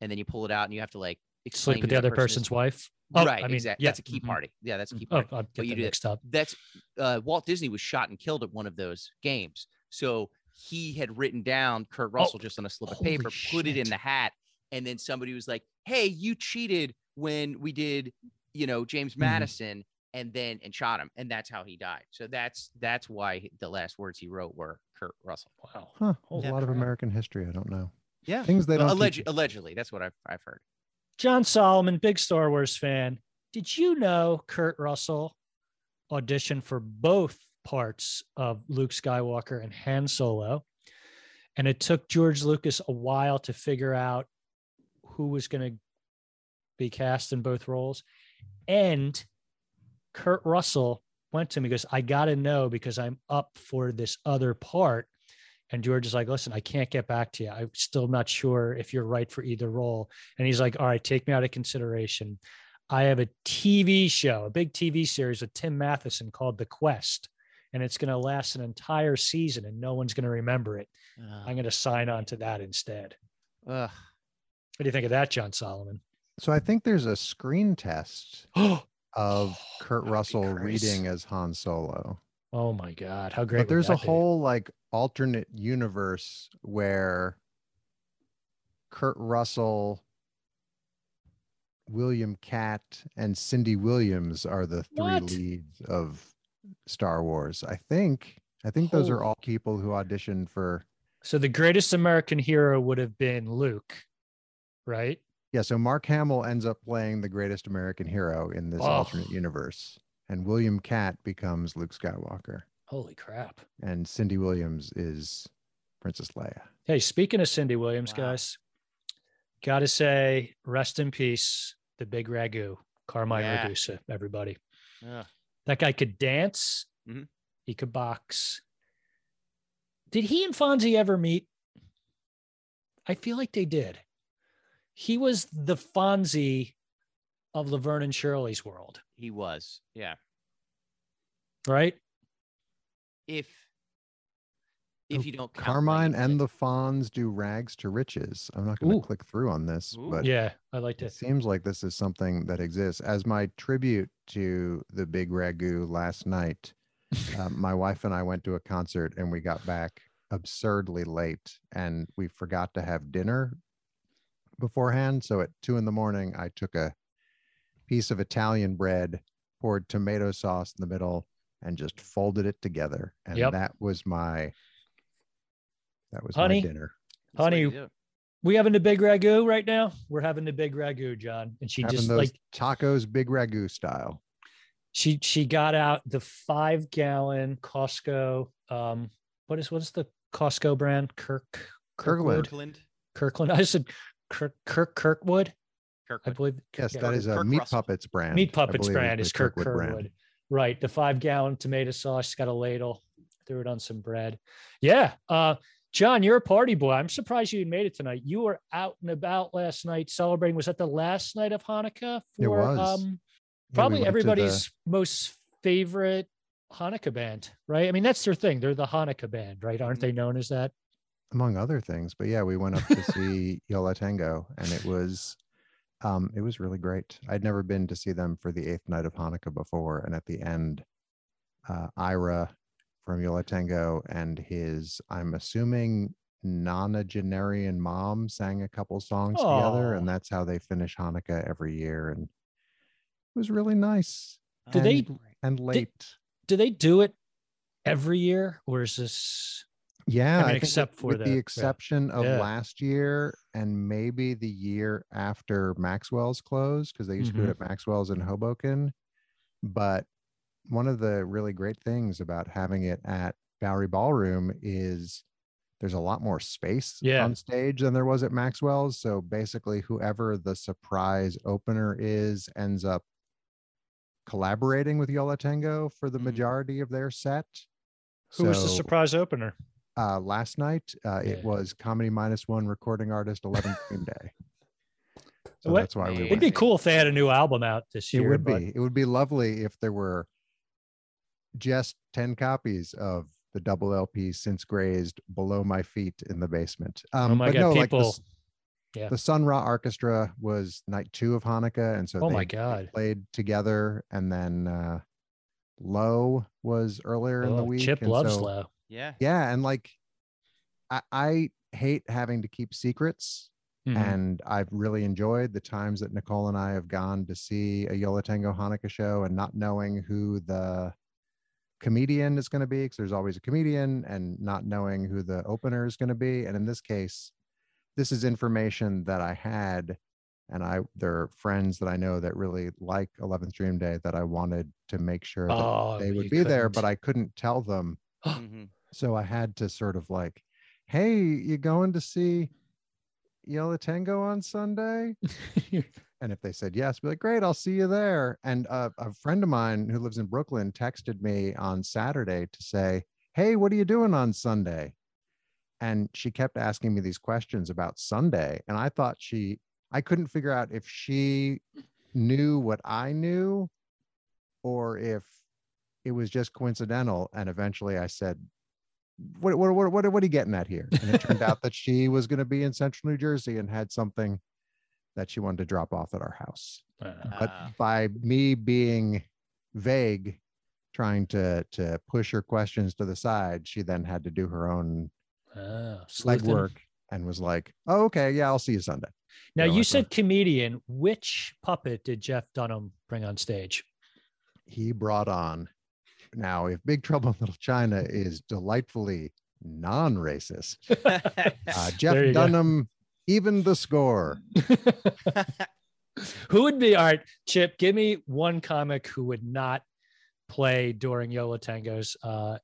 and then you pull it out, and you have to like explain
sleep
who
with the
that
other
person
person's
is.
wife Oh,
right,
I mean,
exactly.
yeah,
That's a key
mhm.
party. Yeah, that's a key
oh
party.
i get
you
that
do that.
mixed up
that's uh, Walt Disney was shot and killed at one of those games. So he had written down Kurt
Oh,
Russell just on a slip of
holy
paper, put it in
shit.
the hat, and then somebody was like, "Hey, you cheated when we did, you know,
Mm-hmm.
James Madison." And then and shot him, and that's how he died. So that's that's why he- the last words he wrote were Kurt Russell.
wow
Huh.
Holy
a lot of
crap.
American history. I don't know.
Yeah,
Things they don't. teach
Alleg-
you.
allegedly, that's what I've I've heard.
John Solomon, big Star Wars fan. Did you know Kurt Russell auditioned for both parts of Luke Skywalker and Han Solo? And it took George Lucas a while to figure out who was going to be cast in both roles. And Kurt Russell went to me, goes, I got to know because I'm up for this other part. And George is like, listen, I can't get back to you. I'm still not sure if you're right for either role. And he's like, all right, take me out of consideration. I have a TV show, a big TV series with Tim Matheson called The Quest, and it's going to last an entire season and no one's going to remember it.
Uh,
I'm going to sign on to that instead.
ugh.
What do you think of that, John Solomon?
So I think there's a screen test
[GASPS] oh
of
That would
Kurt
be
Russell
gross.
reading as Han Solo.
my God. How great.
but
would
there's a
that be?
whole like alternate universe where Kurt Russell, William Cat, and Cindy Williams are the three
What?
leads of Star Wars. I think. I think those are
Holy-
all people who auditioned for.
So the greatest American hero would have been Luke, right?
Yeah, so Mark Hamill ends up playing the greatest American hero in this
Oh.
alternate universe, and William Cat becomes Luke Skywalker,
Holy crap.
and Cindy Williams is Princess Leia.
Hey, speaking of Cindy Williams,
Wow.
guys, got to say, rest in peace, the big ragu, Carmine
Yeah.
Ragusa, everybody.
Ugh.
That guy could dance,
Mhm.
he could box. Did he and Fonzie ever meet? I feel like they did. He was the Fonzie of Laverne and Shirley's world,
He was. Yeah.
right?
If
Oh,
if you don't count Lady
Carmine
Di-
and the Fonz do rags to riches. I'm not going
Ooh.
to click through on this,
Ooh.
but
yeah, I liked
it
it.
seems like this is something that exists. As my tribute to the big ragu last night,
[LAUGHS]
uh, my wife and I went to a concert and we got back absurdly late and we forgot to have dinner beforehand. So at two in the morning, I took a piece of Italian bread, poured tomato sauce in the middle, and just folded it together. And
Yep.
that was my that was
Honey,
my dinner.
that's the way to
Honey,
do it.
We having the big ragu right now? We're having the big ragu, John. And she
Having
just
those
like
tacos big ragu style.
she she got out the five gallon Costco. Um, what is what's the Costco brand? Kirk
Kirkland.
Kirkland.
Kirkland. [LAUGHS] I said Kirk Kirk Kirkwood. I
Kirkland.
believe.
Yes,
yeah,
that is a
Kirk
meat
Russell.
puppets brand.
Meat
I
Puppets
believe,
brand
the
is Kirk Kirkwood.
brand.
Right. The five gallon tomato sauce. She's got a ladle. Threw it on some bread. Yeah. Uh, John, you're a party boy. I'm surprised you made it tonight. You were out and about last night celebrating. Was that the last night of Hanukkah? um,
It was. Yeah, we
probably
went to
everybody's most favorite Hanukkah band, right? I mean, that's their thing. They're the Hanukkah band, right? Aren't they known as that?
the- among other things. But yeah, we went up
[LAUGHS]
to see Yola Tango, and it was um, it was really great. I'd never been to see them for the eighth night of Hanukkah before, and at the end, uh, Ira from Yola Tango and his, I'm assuming nonagenarian mom sang a couple songs together, and
Aw.
that's how they finish Hanukkah every year. And it was really nice
Do they
And- and late.
do they do it every year, or is this
Yeah,
mean,
think with-
except for
with
the-
the
yeah.
exception of
Yeah.
last year and maybe the year after Maxwell's closed because they used to do
Mm-hmm.
it at Maxwell's in Hoboken. But one of the really great things about having it at Bowery Ballroom is there's a lot more space
Yeah.
on stage than there was at Maxwell's. So basically, whoever the surprise opener is ends up collaborating with Yola Tango for the
Mhm.
majority of their set.
Mm-hmm. who was the
So-
surprise opener?
uh, last night. Uh,
Yeah.
It was Comedy Minus One recording artist 11
[LAUGHS]
Green Day. So
What-
that's why we
It'd
It'd
went.
be cool if they had a new album out this
It
year.
would
but-
be. It would be lovely if there were just 10 copies of the double LP since grazed below my feet in the basement. Um,
oh my
but
god,
no, like the
people!
s-
yeah.
the Sun Ra Orchestra was night two of Hanukkah, and so
oh
they
my god!
played together. And then uh, Low was earlier in the
Oh,
week.
Chip
and
loves
so-
low.
Yeah.
yeah and like i, I hate having to keep secrets
Mhm.
and i've really enjoyed the times that nicole and i have gone to see a yola tango hanukkah show and not knowing who the comedian is going to be because there's always a comedian and not knowing who the opener is going to be and in this case this is information that i had and i there are friends that i know that really like 11th dream day that i wanted to make sure that
oh,
they
you
would be there
couldn't.
but i couldn't tell them
Mhm.
[LAUGHS]
so I had to sort of like, hey, you going to see Yola Tango on Sunday? [LAUGHS]
[LAUGHS]
And if they said yes, be like, great, I'll see you there. And uh, a friend of mine who lives in Brooklyn texted me on Saturday to say, hey, what are you doing on Sunday? And she kept asking me these questions about Sunday. And I thought she, I couldn't figure out if she knew what I knew or if it was just coincidental. And eventually I said, what, what, what, what, what are you getting at here? And it turned out that she was going to be in central New Jersey and had something that she wanted to drop off at our house.
Uh,
But
Ah.
by me being vague, trying to to push her questions to the side, she then had to do her own
oh, sleuthing.
legwork and was like, "Oh, okay, yeah, I'll see you Sunday."
Now
Yeah,
you
like
said
that.
comedian. Which puppet did Jeff Dunham bring on stage?
He brought on. Now, if Big Trouble in Little China is delightfully non-racist, uh,
There you
Jeff
go.
Dunham even the score.
Who would be all right, Chip? Give me one comic who would not play during Yola Tango's uh,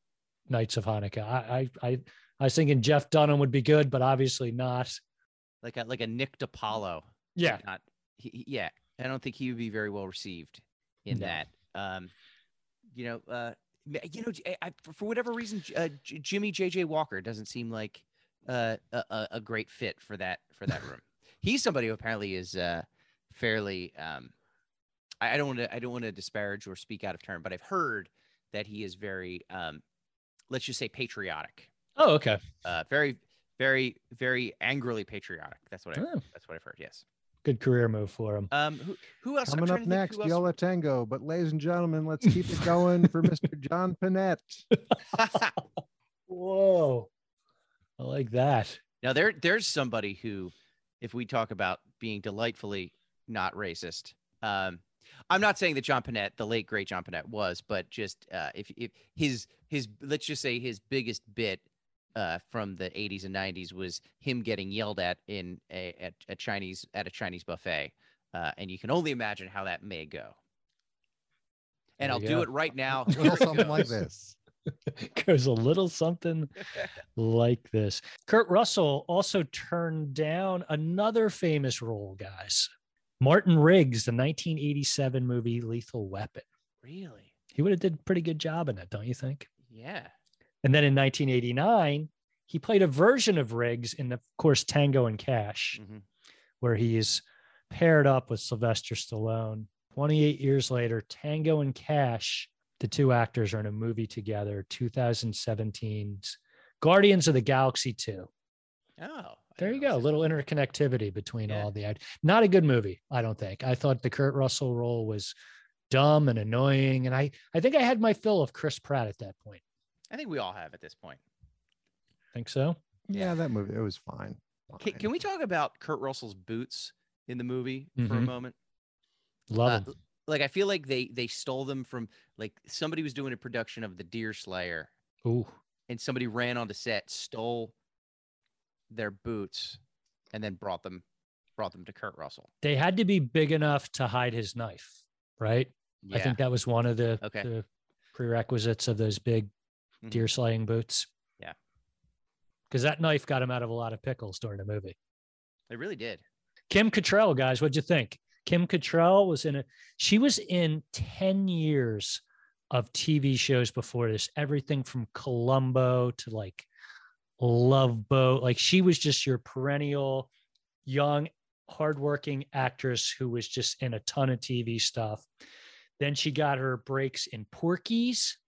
Nights of Hanukkah. I, I, I, I was thinking Jeff Dunham would be good, but obviously not.
[LAUGHS] like a like a Nick DiPaolo.
Yeah,
Not he, he- yeah. I don't think he would be very well received in
No.
that. Um, you know, uh, m- you know, I, I- for- for whatever reason, J- uh, J- Jimmy JJ Walker doesn't seem like uh, a, a, a great fit for that for that
[LAUGHS]
room. He's somebody who apparently is uh, fairly. Um, I, I don't want to. I don't want to disparage or speak out of turn, but I've heard that he is very, um, let's just say, patriotic.
Oh, okay.
Uh, very, very, very angrily patriotic. That's what I.
Oh,
That's what I've heard. Yes.
good career move for him.
Um, who, who else? I'm
Coming up
trying to think
next,
who else-
Yola Tango. But ladies and gentlemen, let's keep it going
[LAUGHS]
for Mr. John Panette.
[LAUGHS]
Whoa, I like that.
now there, there's somebody who, if we talk about being delightfully not racist, um, I'm not saying that John Panette, the late great John Panette, was, but just uh, if if his his let's just say his biggest bit. Uh, from the 80s and 90s was him getting yelled at in a at a Chinese at a Chinese buffet, uh, and you can only imagine how that may go. And
There
I'll
you
do
go. [LAUGHS]
it right now.
A
Here
little
it [LAUGHS]
something like
goes.
this.
goes a little something like this. Kurt Russell also turned down another famous role, guys. Martin Riggs, the 1987 movie Lethal Weapon.
Really?
He would have did a pretty good job in it, don't you think?
Yeah.
And then in 1989, he played a version of Riggs in, of course, Tango and Cash,
Mhm.
where he is paired up with Sylvester Stallone. 28 years later, Tango and Cash, the two actors are in a movie together, 2017's Guardians of the Galaxy 2.
Oh, I
There
didn't
you
know it
go. A
was
little interconnectivity between
Yeah.
all the act. Not a good movie, I don't think. I thought the Kurt Russell role was dumb and annoying. And I, I think I had my fill of Chris Pratt at that point.
that. I think we all have at this point.
Think so?
Yeah, that movie. It was fine.
Can,
Fine.
can we talk about Kurt Russell's boots in the movie for a
Mhm.
moment?
Love
Uh,
him.
l- like I feel like they they stole them from like somebody was doing a production of The Deer Slayer,
Ooh,
and somebody ran onto set, stole their boots, and then brought them brought them to Kurt Russell.
they had to be big enough to hide his knife, right?
Yeah.
I think that was one of the,
Okay.
the prerequisites of those big
Mhm.
deer slaying boots.
Yeah.
Because that knife got him out of a lot of pickles during the movie.
they really did.
Kim Cattrall, guys, what'd you think? Kim Cattrall was in a she was in 10 years of TV shows before this, everything from Columbo to like Love Boat. Like she was just your perennial young, hardworking actress who was just in a ton of TV stuff. Then she got her breaks in Porky's.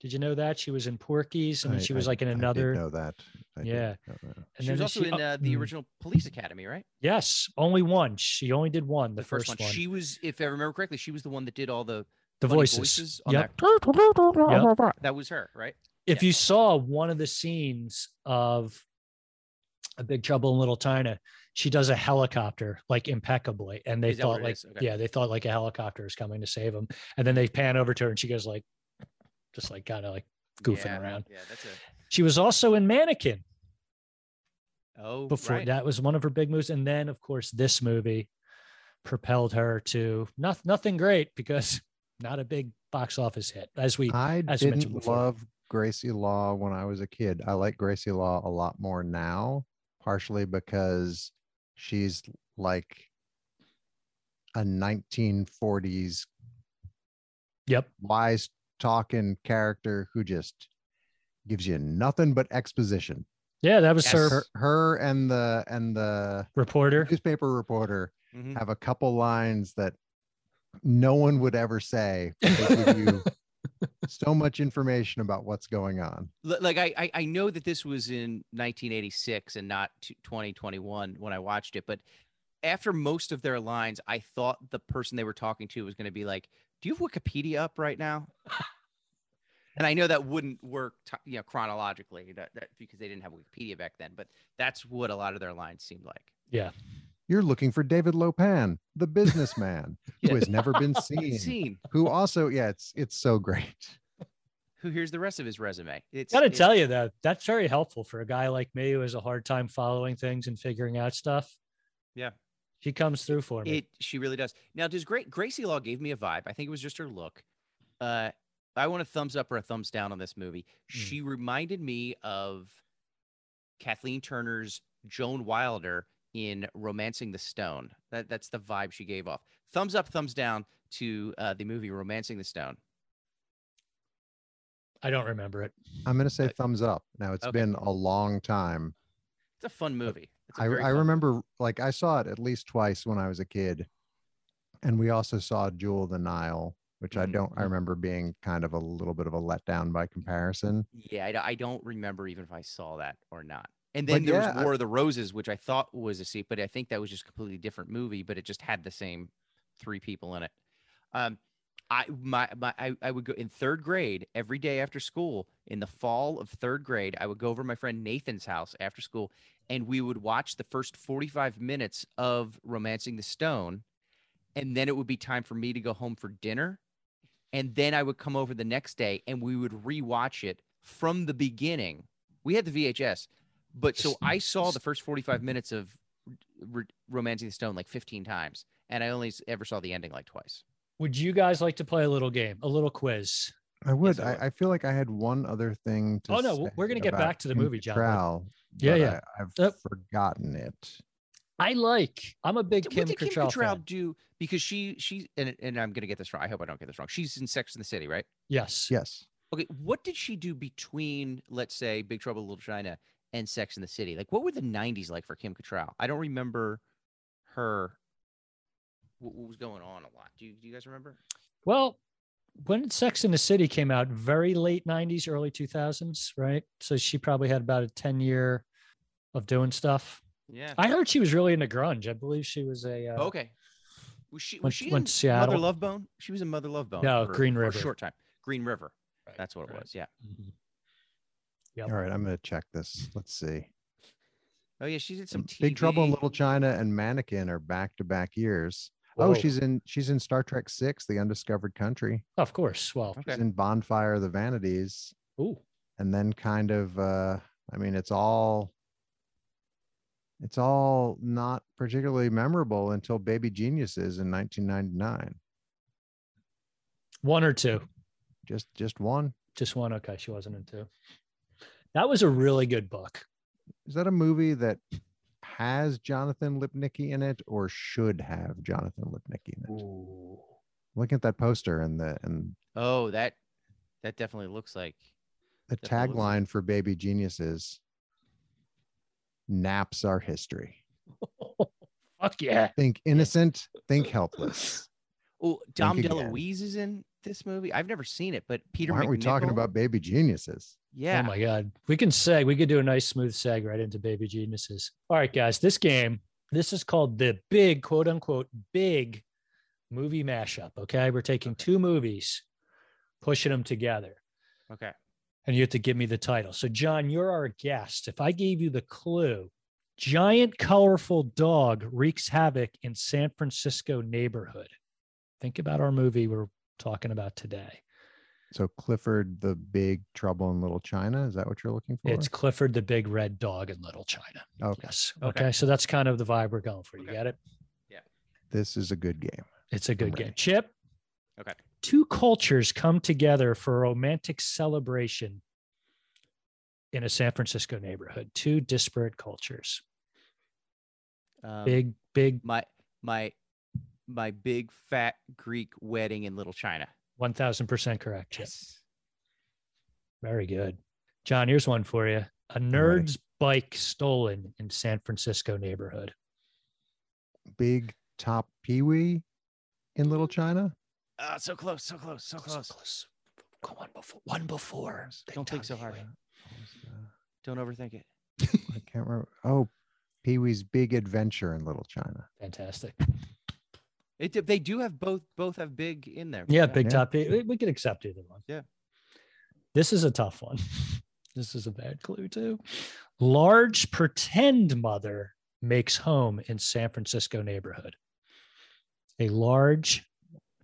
Did you know that? She was in Porky's and then
I-
she was
I-
like in
I did
another.
know that. I did
Yeah.
know that.
and
she
then
was also in
oh,
uh, the
mm.
original Police Academy, right?
Yes, only one. She only did one. The, first, one.
She was, if I remember correctly, she was the one that did all the
the
funny
voices.
voices on
Yep.
that. That was her, right?
if you saw one of the scenes of a big trouble in little china she does a helicopter like impeccably and they
Is that what
thought
it
like
is? Okay.
yeah they thought like a helicopter is coming to save them and then they pan over to her and she goes like just like kind of like goofing
Yeah,
around
Yeah, that's a
she was also in mannequin
oh
before
right.
that was one of her big moves and then of course this movie propelled her to not, nothing great because [LAUGHS] not a big box office hit as we
I
as you mentioned
didn't
before.
love Gracie Law when I was a kid. I like Gracie Law a lot more now, partially because she's like a 1940s
Yep.
wise talking character who just gives you nothing but exposition.
Yeah, that was
Yes.
her
Her, her and the and the
reporter.
newspaper reporter
Mhm.
have a couple lines that no one would ever say. but They
[LAUGHS]
give you so much information about what's going on.
L- like I, I i know that this was in 1986 and not t- 2021 when i watched it but after most of their lines i thought the person they were talking to was going to be like do you have wikipedia up right now and i know that wouldn't work t- you know chronologically that, that, because they didn't have wikipedia back then but that's what a lot of their lines seemed like
You're looking for David Lopan, the businessman
Yeah.
who has never
[LAUGHS]
been
Hmm.
seen,
scene
who also, yeah, it's it's so great.
who hears the rest of his resume it's
Gotta
it's-
tell you though, that's very helpful for a guy like me who has a hard time following things and figuring out stuff.
Yeah.
She comes through for me.
It she really does. Now, does great Gracie Law gave me a vibe? I think it was just her look. Uh, I want a thumbs up or a thumbs down on this movie.
Hmm.
She reminded me of Kathleen Turner's Joan Wilder in *Romancing the Stone*. That that's the vibe she gave off. Thumbs up, thumbs down to uh, the movie *Romancing the Stone*.
I don't remember it.
I'm gonna say
Uh,
thumbs up. Now it's
okay.
been a long time.
It's a fun movie. It's a
I,
very
I
fun-
remember like I saw it at least twice when I was a kid. And we also saw Jewel of the Nile, which I
Mhm,
don't I
mhm.
remember being kind of a little bit of a letdown by comparison.
Yeah, I, d- I don't remember even if I saw that or not. And then
Mm-hmm. But
there
yeah,
was
I-
War of the Roses, which I thought was a sequel, but I think that was just a completely different movie, but it just had the same three people in it. Um, I my, my I, I would go in third grade every day after school. In the fall of third grade, I would go over to my friend Nathan's house after school, and we would watch the first forty-five minutes of *Romancing the Stone*, and then it would be time for me to go home for dinner and then I would come over the next day and we would rewatch it from the beginning. We had the VHS, but so I saw the first 45 minutes of R- Romancing the Stone like 15 times, and I only s- ever saw the ending like twice.
Would you guys like to play a little game, a little quiz?
I would.
I would.
I, I feel like I had one other thing to
Oh, no, we're
say
gonna get
about
back to the
Kim
movie, John, but-
Cattrall,
Yeah,
but
yeah.
I, have
Yep.
forgotten it.
I like. I'm a big
What
Kim
did Kim
Cattrall
Cattrall
fan.
do? Because she she and, and I'm gonna get this wrong. I hope I don't get this wrong. She's in Sex and the City, right?
Yes.
Yes.
Okay, what did she do between, let's say, Big Trouble in Little China and Sex and the City? Like, what were the '90s like for Kim Cattrall? I don't remember her. What, what was going on a lot? Do you, do you guys remember?
Well, when Sex in the City came out, very late 90s, early 2000s, right? So she probably had about a 10 year of doing stuff.
Yeah. Oh,
I heard she was really into grunge. I believe she was a. Uh,
okay. Was she? Was
went-
she
went
in
to Seattle.
Mother Love Bone? She was in Mother Love Bone.
No,
for-
Green
for a
River.
short time. Green River.
Right,
That's what it
right.
was. Yeah.
Mhm. Yep.
All right. I'm gonna check this. Let's see.
Oh yeah, she did some TV.
Big Trouble in Little China and Mannequin are back to back years.
Whoa.
Oh, she's in she's in Star Trek Six, The Undiscovered Country.
Of course. Well,
Okay.
She's in Bonfire of the Vanities,
ooh.
and then kind of uh, I mean, it's all it's all not particularly memorable until Baby Geniuses in 1999.
One or two.
Just just one.
Just one. Okay. She wasn't in two. That was a really good book.
Is that a movie that has Jonathan Lipnicki in it, or should have Jonathan Lipnicki in it?
Ooh.
Looking at that poster and the and
Oh, that that definitely looks like.
the
Definitely looks
tagline for baby geniuses naps are history
[LAUGHS] Fuck yeah. Oh
think innocent think helpless
Oh, Dom
again.
DeLuise is in this movie. I've never seen it, but [LAUGHS] Peter.
why aren't we talking
McNichol?
about baby geniuses
Yeah.
Oh my God. We can seg. We could do a nice smooth seg right into baby geniuses. All right, guys. This game, this is called the big, quote unquote, big movie mashup. Okay. We're taking two movies, pushing them together,
okay.
and you have to give me the title. So, John, you're our guest. If I gave you the clue, giant colorful dog wreaks havoc in San Francisco neighborhood. Think about our movie we're talking about today.
so clifford the big trouble in little china is that what you're looking for
It's Clifford the Big Red Dog in Little China.
okay
Yes.
Okay.
Okay. So that's kind of the vibe we're going for. You
Okay.
got it?
this is a good game
It's a good game.
ready.
Chip.
Okay.
Two cultures come together for a romantic celebration in a San Francisco neighborhood. Two disparate cultures.
Um,
big, big
my my my big fat Greek wedding in Little China.
one thousand percent correct. Chip.
Yes.
Very good. John, here's one for you. A nerd's bike stolen in San Francisco neighborhood.
Big top peewee in Little China.
Ah, so close, so close, so close.
close. Go One before. One before. Big
Don't think
Tom
so hard.
Peewee.
What was the-
Don't overthink it.
I can't remember. Oh, Pee Wee's Big Adventure in Little China.
[LAUGHS]
Fantastic.
It d- they do have both both have big in there.
Yeah, big
Yeah.
top. eight. We, we could accept either one.
Yeah.
This is a tough one. [LAUGHS] this is a bad clue, too. Large pretend mother makes home in San Francisco neighborhood. A large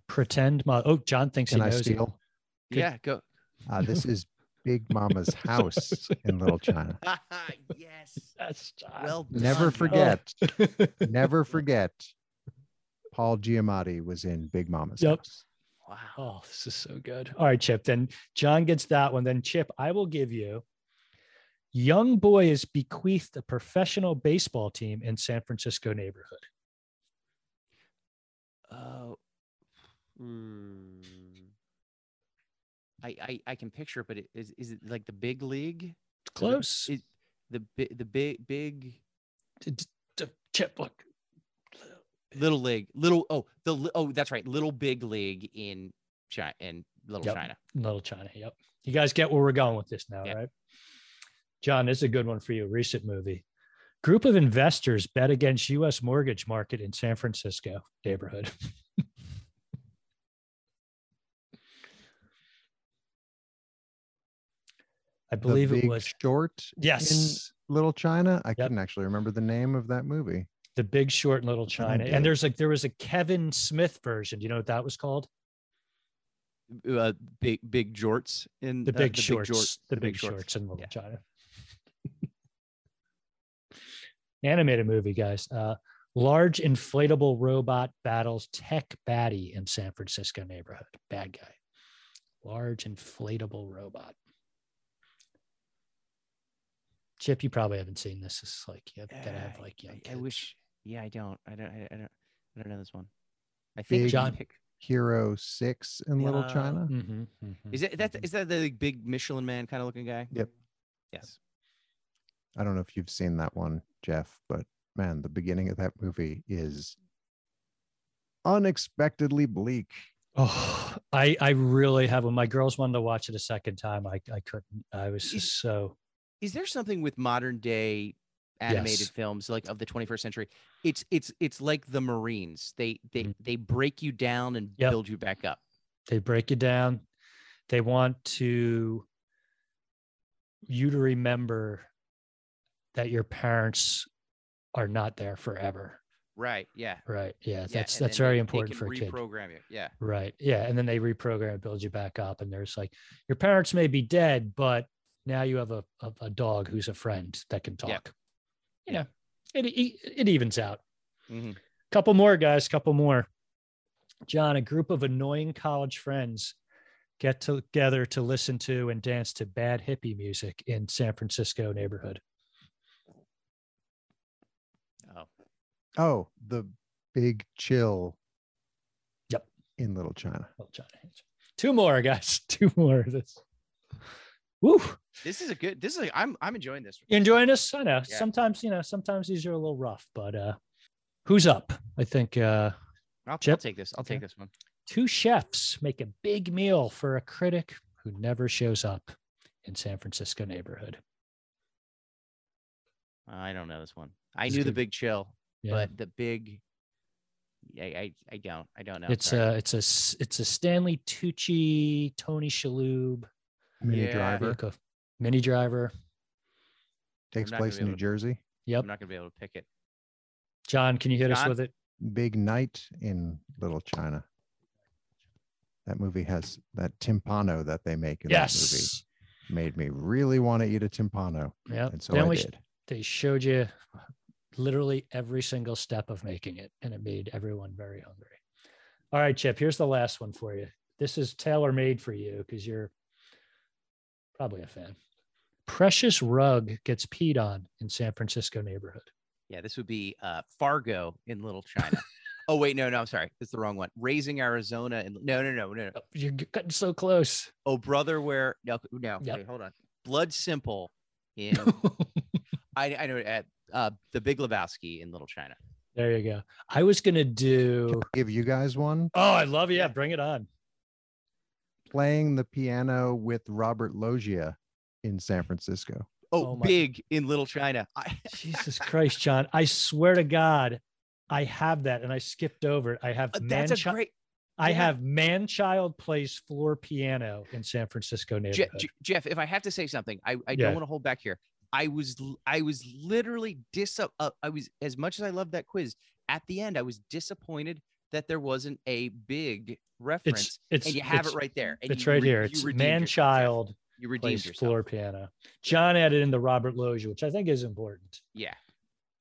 pretend mother. Oh, John thinks
Can
he
I
knows. it.
steal?
Good.
Yeah, go.
Uh, this is Big
[LAUGHS]
Mama's house in Little
Oh
China.
[LAUGHS] yes.
That's John.
[LAUGHS] Well
Never
done, John.
forget.
[LAUGHS]
Never forget. Paul Giamatti was in Big Mama's
Yep.
house.
Wow.
Oh, this is so good. All right, Chip. Then John gets that one. Then Chip, I will give you. Young boy is bequeathed a professional baseball team in San Francisco neighborhood.
Oh. Mm. I, I I can picture it, but it, is is it like the big league? Or the-
Close.
Is the bi- the big big
D- d- d- Chip, look.
little league little oh the li- oh that's right little big league in China in Little
Yep.
China.
Little China. Yep. You guys get where we're going with this now,
Yeah.
right? John, this is a good one for you. Recent movie. Group of investors bet against U.S. mortgage market in San Francisco neighborhood. [LAUGHS] I
The
believe it
Big
was
Short
yes,
in Little China. I
Yep.
couldn't actually remember the name of that movie.
The Big Short and Little China.
did.
And there's like there was a Kevin Smith version. Do you know what that was called?
Uh, big big jorts in
the
uh,
big
Jort-
shorts, the, big,
Shorts.
shorts in Little
Yeah.
China. Animated movie, guys. Uh, large inflatable robot battles tech baddie in San Francisco neighborhood. Bad guy. Large inflatable robot. Chip, you probably haven't seen this. It's like you have, gotta have
Uh,
like young
I, I
kids.
wish. Yeah, I don't. I don't. I I don't. I don't know this one. I
Big-
think I can
John.
pick-
Hero Six in Little
Yeah.
China.
Mhm,
Is
mhm,
it that?
mhm.
Is that the like, big Michelin Man kind of looking guy?
Yep.
Yes.
I don't know if you've seen that one, Jeff, but man, the beginning of that movie is unexpectedly bleak.
Oh, I I really have. When my girls wanted to watch it a second time, I I couldn't. I was
Is-
just so.
Is there something with modern day animated
Yes.
films like of the 21st century? It's it's it's like the Marines. They they
Mhm.
they break you down and
Yep.
build you back up.
they break you down they want to you to remember that your parents are not there forever
Right. Yeah.
right yeah,
yeah,
that's
and
that's
then they-
very
they
important
can
for a kid
Reprogram you. Yeah.
right yeah and then they reprogram and build you back up and there's like your parents may be dead but now you have a, a, a dog who's a friend that can talk
Yeah.
you know it, it, it evens out
Mhm.
Couple more, guys. Couple more. John, a group of annoying college friends get together to listen to and dance to bad hippie music in San Francisco neighborhood.
Oh.
Oh, the Big Chill.
Yep.
In Little China.
Well, John, two more, guys. [LAUGHS] Two more. of This. Woo!
This is a good. This is. A, I'm I'm enjoying this.
You enjoying this? I know.
Yeah.
Sometimes, you know, sometimes these are a little rough, but uh who's up? I think uh
I'll, I'll
Chip?
take this. I'll
Okay.
take this one.
two chefs make a big meal for a critic who never shows up in San Francisco neighborhood.
I don't know this one. I
This
knew
could-
the big chill,
Yeah.
but the big. I, I I don't. I don't know.
it's uh,
sorry.
a it's a s- it's a Stanley Tucci, Tony Shalhoub,
Mini
Yeah.
Driver
like a mini driver.
takes
not gonna
place
be
in
able
New
to-
Jersey.
Yep.
I'm not gonna be able to pick it.
John, can you hit us
John?
with it?
Big Night in Little China. That movie has that timpano that they make in
Yes.
that movie. Made me really want to eat a timpano.
Yeah.
And so
They
I
only sh-
did.
they showed you literally every single step of making it, and it made everyone very hungry. All right, Chip. Here's the last one for you. This is tailor made for you because you're probably a fan. Precious rug gets peed on in San Francisco neighborhood.
Yeah, this would be uh, Fargo in Little
[LAUGHS]
China. oh wait, no, no, I'm sorry, it's the wrong one. Raising Arizona and no, no, no, no, no.
Oh, You're g- cutting so close.
Oh brother, where no, no,
Yep.
wait, hold on. Blood Simple in
[LAUGHS]
I, I know at uh, the Big Lebowski in Little China.
there you go. I was gonna
Can
do.
I give you guys one
Oh, I love it. Yeah,
Yeah.
bring it on.
playing the piano with Robert Loggia in San Francisco.
Oh,
Oh my-
big in Little China. I, [LAUGHS]
Jesus Christ, John! I swear to God, I have that, and I skipped over it. I have man.
that's a
Chi-
great
I
yeah.
have man child plays floor piano in San Francisco
Je-
neighborhood.
Je- Jeff, if I have to say something, I, I
Yeah.
don't want to hold back here. I was l- I was literally dis uh, I was as much as I loved that quiz. At the end, I was disappointed that there wasn't a big reference,
it's it's
and you have
it's,
it right there. and
It's
you
right
re-
here.
you
It's
redeemed
man
yourself, Jeff.
child
You redeemed
plays
yourself.
floor piano. John added in the Robert Loggia, which I think is important.
Yeah.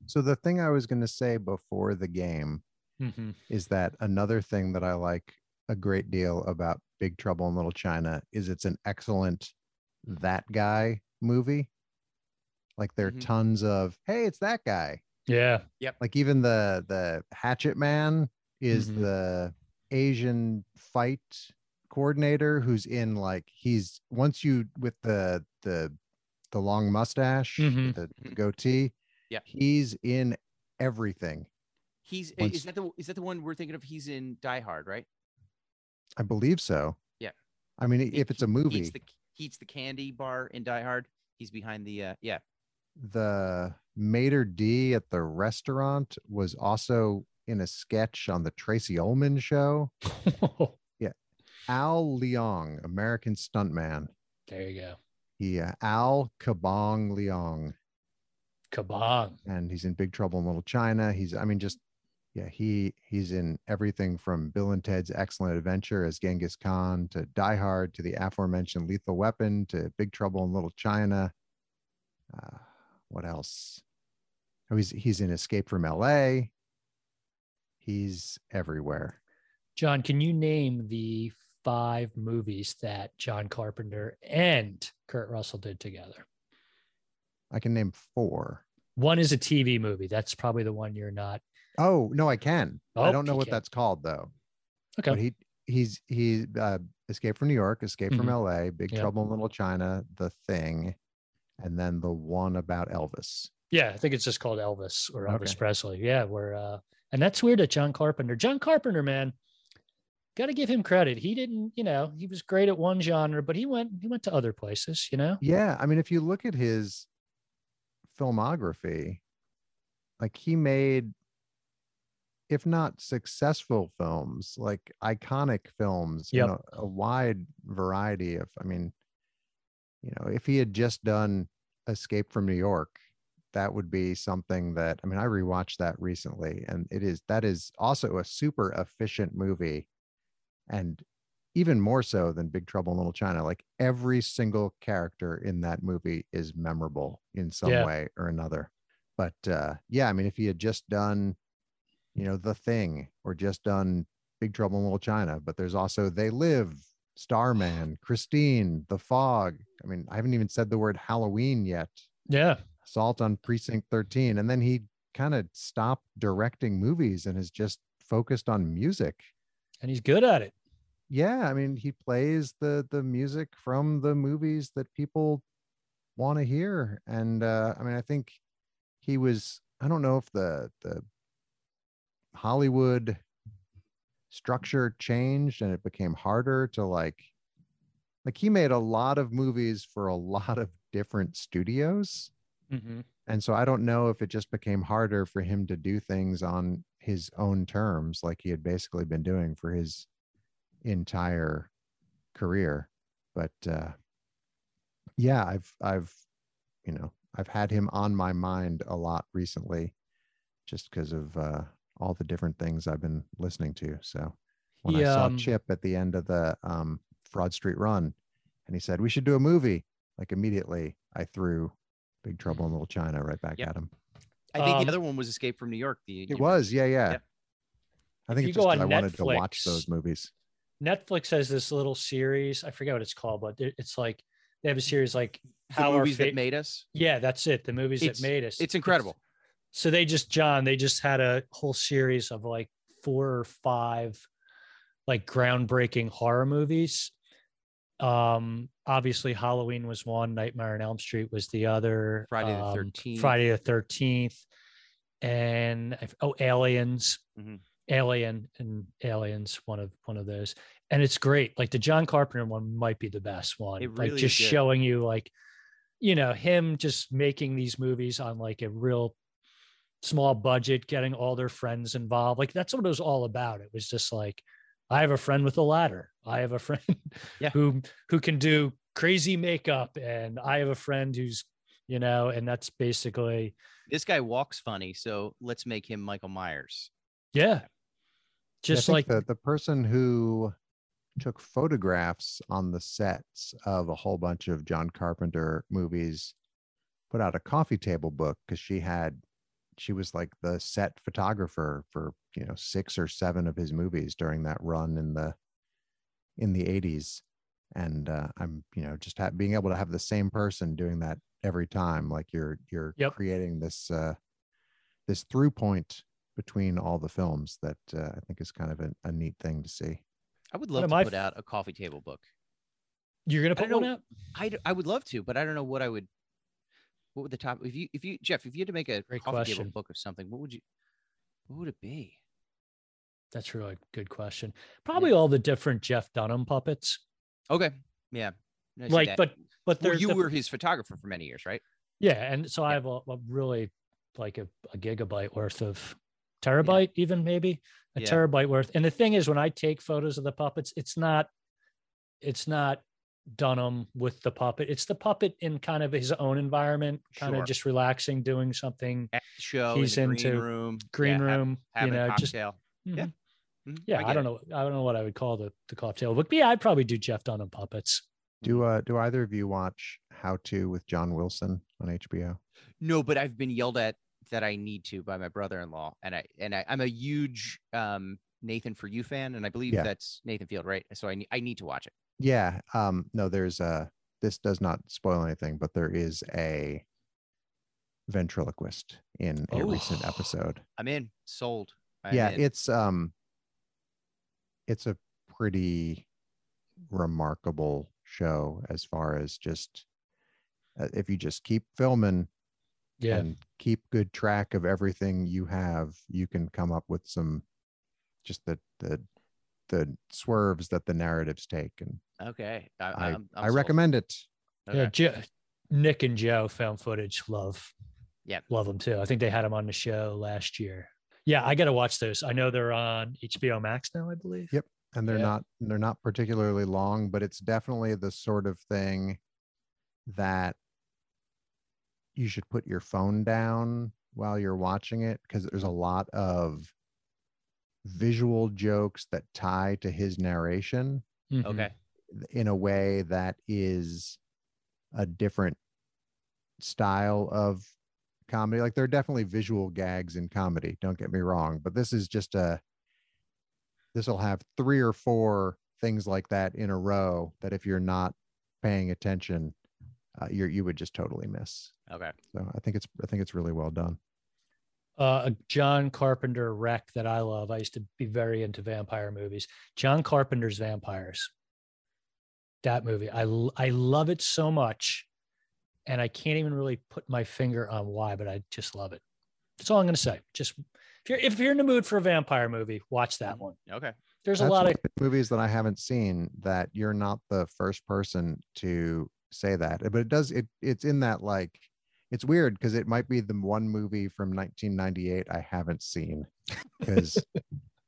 So the thing I was going to say before the game
Mm-hmm.
is that another thing that I like a great deal about Big Trouble in Little China is it's an excellent that guy movie. Like there are
Mhm.
tons of hey, it's that guy.
Yeah. [LAUGHS]
Like even the the Hatchet Man is
Mhm.
the Asian fight coordinator who's in like he's once you with the the the long mustache,
Mhm.
the, the
Mhm.
goatee.
Yeah.
He's in everything.
He's
Once-
is that the is that the one we're thinking of? He's in Die Hard, right?
I believe so.
Yeah.
I mean, i-
He-
if it's a
He
movie,
eats
the...
the he eats the candy bar in Die Hard. He's behind the uh, yeah.
Mater D at the restaurant was also in a sketch on the Tracy Ullman show. Al Leong, American stuntman.
there you go.
He uh, Al Kabong Leong,
Kabong.
and he's in Big Trouble in Little China. He's, I mean, just yeah, he he's in everything from Bill and Ted's Excellent Adventure as Genghis Khan to Die Hard to the aforementioned Lethal Weapon to Big Trouble in Little China. Uh, what else? Oh, he's he's in Escape from L.A. He's everywhere.
John, can you name the five movies that John Carpenter and Kurt Russell did together?
I can name four.
One is a TV movie. That's probably the one you're not.
Oh no, I can. I
Oh,
don't know
you
what
can.
that's called though.
Okay.
But he he's he uh, escaped from New York, escaped from
Mhm.
L.A., Big
Yeah.
Trouble in Little China, The Thing, and then the one about Elvis.
Yeah, I think it's just called Elvis or Elvis
Okay.
Presley. Yeah, we're uh and that's weird that John Carpenter. John Carpenter, man, gotta give him credit. He didn't, you know, he was great at one genre, but he went he went to other places, you know?
Yeah, I mean, if you look at his filmography, like he made, if not successful films, like iconic films, you
Yep.
know, a wide variety of. I mean, you know, if he had just done Escape from New York, that would be something that I mean, I rewatched that recently, and it is that is also a super efficient movie, and even more so than Big Trouble in Little China. Like every single character in that movie is memorable in some
Yeah.
way or another. But uh, yeah, I mean, if he had just done, you know, The Thing or just done Big Trouble in Little China, but there's also They Live, Starman, Christine, The Fog. I mean, I haven't even said the word Halloween yet.
Yeah.
Assault on Precinct 13. And then he kind of stopped directing movies and has just focused on music
And he's good at it.
yeah i mean he plays the the music from the movies that people want to hear and uh i mean i think he was i don't know if the the hollywood structure changed and it became harder to like like he made a lot of movies for a lot of different studios
Mm-hmm.
and so I don't know if it just became harder for him to do things on his own terms, like he had basically been doing for his entire career. But uh, yeah, I've I've you know I've had him on my mind a lot recently, just because of uh, all the different things I've been listening to. So when
He,
I saw
um,
Chip at the end of the um, Fraud Street Run, and he said we should do a movie, like immediately I threw Big Trouble in Little China right back
Yep.
at him.
I think
Um,
the other one was Escape from New York. The
It was, yeah, yeah.
Yep.
I
If
think
you
it's
go
just
on
that I wanted to watch
Netflix-
those movies.
Netflix has this little series. I forget what it's called, but it- it's like they have a series like
the
How Our
movies
Fa-
that made us.
Yeah, that's it. The movies
It's-
that made us.
It's incredible.
So they just John, they just had a whole series of like four or five like groundbreaking horror movies. Um obviously Halloween was one, Nightmare on Elm Street was the other.
Friday the
um,
13th.
Friday the 13th. And I've- oh Aliens.
Mhm.
Alien and Aliens, one of one of those. And it's great. Like the John Carpenter one might be the best one.
It
like
really is
just
good.
showing you like you know him just making these movies on like a real small budget getting all their friends involved like that's what it was all about it was just like i have a friend with a ladder i have a [LAUGHS] friend
Yeah.
who who can do crazy makeup and i have a friend who's you know and that's basically
This guy walks funny, so let's make him Michael Myers.
yeah just
I think
like
the, the person who took photographs on the sets of a whole bunch of John Carpenter movies put out a coffee table book because she had she was like the set photographer for you know six or seven of his movies during that run in the in the 80s and uh, i'm you know just ha- being able to have the same person doing that every time like you're you're
Yep.
creating this uh this through point between all the films that uh, I think is kind of a, a neat thing to see.
I would
One
love
of
to
my
put
f-
out a coffee table book.
you're gonna
I
put
don't
one
know.
up
I, d- I would love to, but I don't know what I would. What would the top? If you if you Jeff, if you had to make a
Great
coffee
question.
table book of something, what would you? What would it be?
that's a really good question probably all the different jeff dunham puppets
Okay, yeah, I see
like
that.
but but
Well,
there's
you
the-
were his photographer for many years, right?
Yeah, and so I
Yeah.
have a, a really like a, a gigabyte worth of terabyte, even maybe a
Yeah.
terabyte worth. And the thing is, when I take photos of the puppets, it's not it's not Dunham with the puppet. It's the puppet in kind of his own environment, kind
Sure.
of just relaxing, doing something,
At the show,
He's
in the green
into
room,
green
yeah, ha-
room,
having
you know,
a
just
cocktail. Yeah,
Mhm.
Mhm,
yeah. I,
get
don't
it.
know. I don't know what I would call the the cocktail, but yeah, I'd probably do Jeff Dunham puppets.
Do uh, do either of you watch How to with John Wilson on HBO?
No, but I've been yelled at that I need to by my brother-in-law, and I and I, I'm a huge um, Nathan for You fan, and I believe
Yeah.
that's Nathan Field, right? So I need I need to watch it.
Yeah. Um, no, there's a. This does not spoil anything, but there is a ventriloquist in a
Oh.
recent episode.
I'm in, sold. I'm
yeah,
in.
it's um, it's a pretty remarkable show as far as just uh, if you just keep filming
Yeah,
and keep good track of everything you have you can come up with some just the the the swerves that the narratives take and
okay. I
i
I'm, I'm
i
sold.
recommend it
Okay.
[LAUGHS]
yeah. Jo- Nick and Joe found footage. Love
Yeah.
love them too. I think they had them on the show last year. Yeah, I got to watch those. I know they're on HBO Max now, I believe.
Yep. and they're
Yeah.
not they're not particularly long but it's definitely the sort of thing that you should put your phone down while you're watching it because there's a lot of visual jokes that tie to his narration
Mhm.
Okay.
in a way that is a different style of comedy like there are definitely visual gags in comedy don't get me wrong but this is just a this will have three or four things like that in a row that if you're not paying attention uh, you you would just totally miss
Okay.
so i think it's i think it's really well done
Uh, a John Carpenter wreck that I love. I used to be very into vampire movies. John Carpenter's Vampires. That movie, I l- I love it so much, and I can't even really put my finger on why, but I just love it. That's all I'm gonna say. Just if you're if you're in the mood for a vampire movie, watch that one.
Okay.
There's a
That's
lot
one
of
the movies that I haven't seen that you're not the first person to say that. eh, But it does it it's in that like it's weird because it might be the one movie from 1998 I haven't seen
[LAUGHS]
because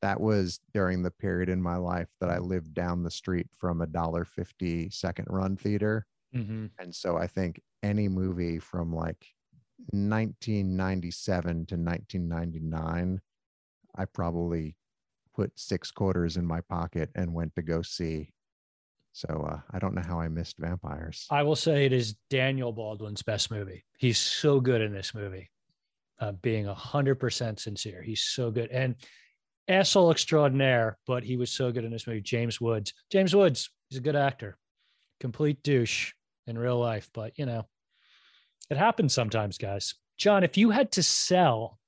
that was during the period in my life that I lived down the street from a dollar fifty second run theater,
Mhm.
and so I think any movie from like 1997 to 1999, I probably put six quarters in my pocket and went to go see. So uh, I don't know how I missed vampires.
I will say it is Daniel Baldwin's best movie. He's so good in this movie. Uh, being hundred percent sincere, he's so good and asshole extraordinaire. But he was so good in this movie. James Woods. James Woods. He's a good actor. Complete douche in real life, but you know, it happens sometimes, guys. John, if you had to sell,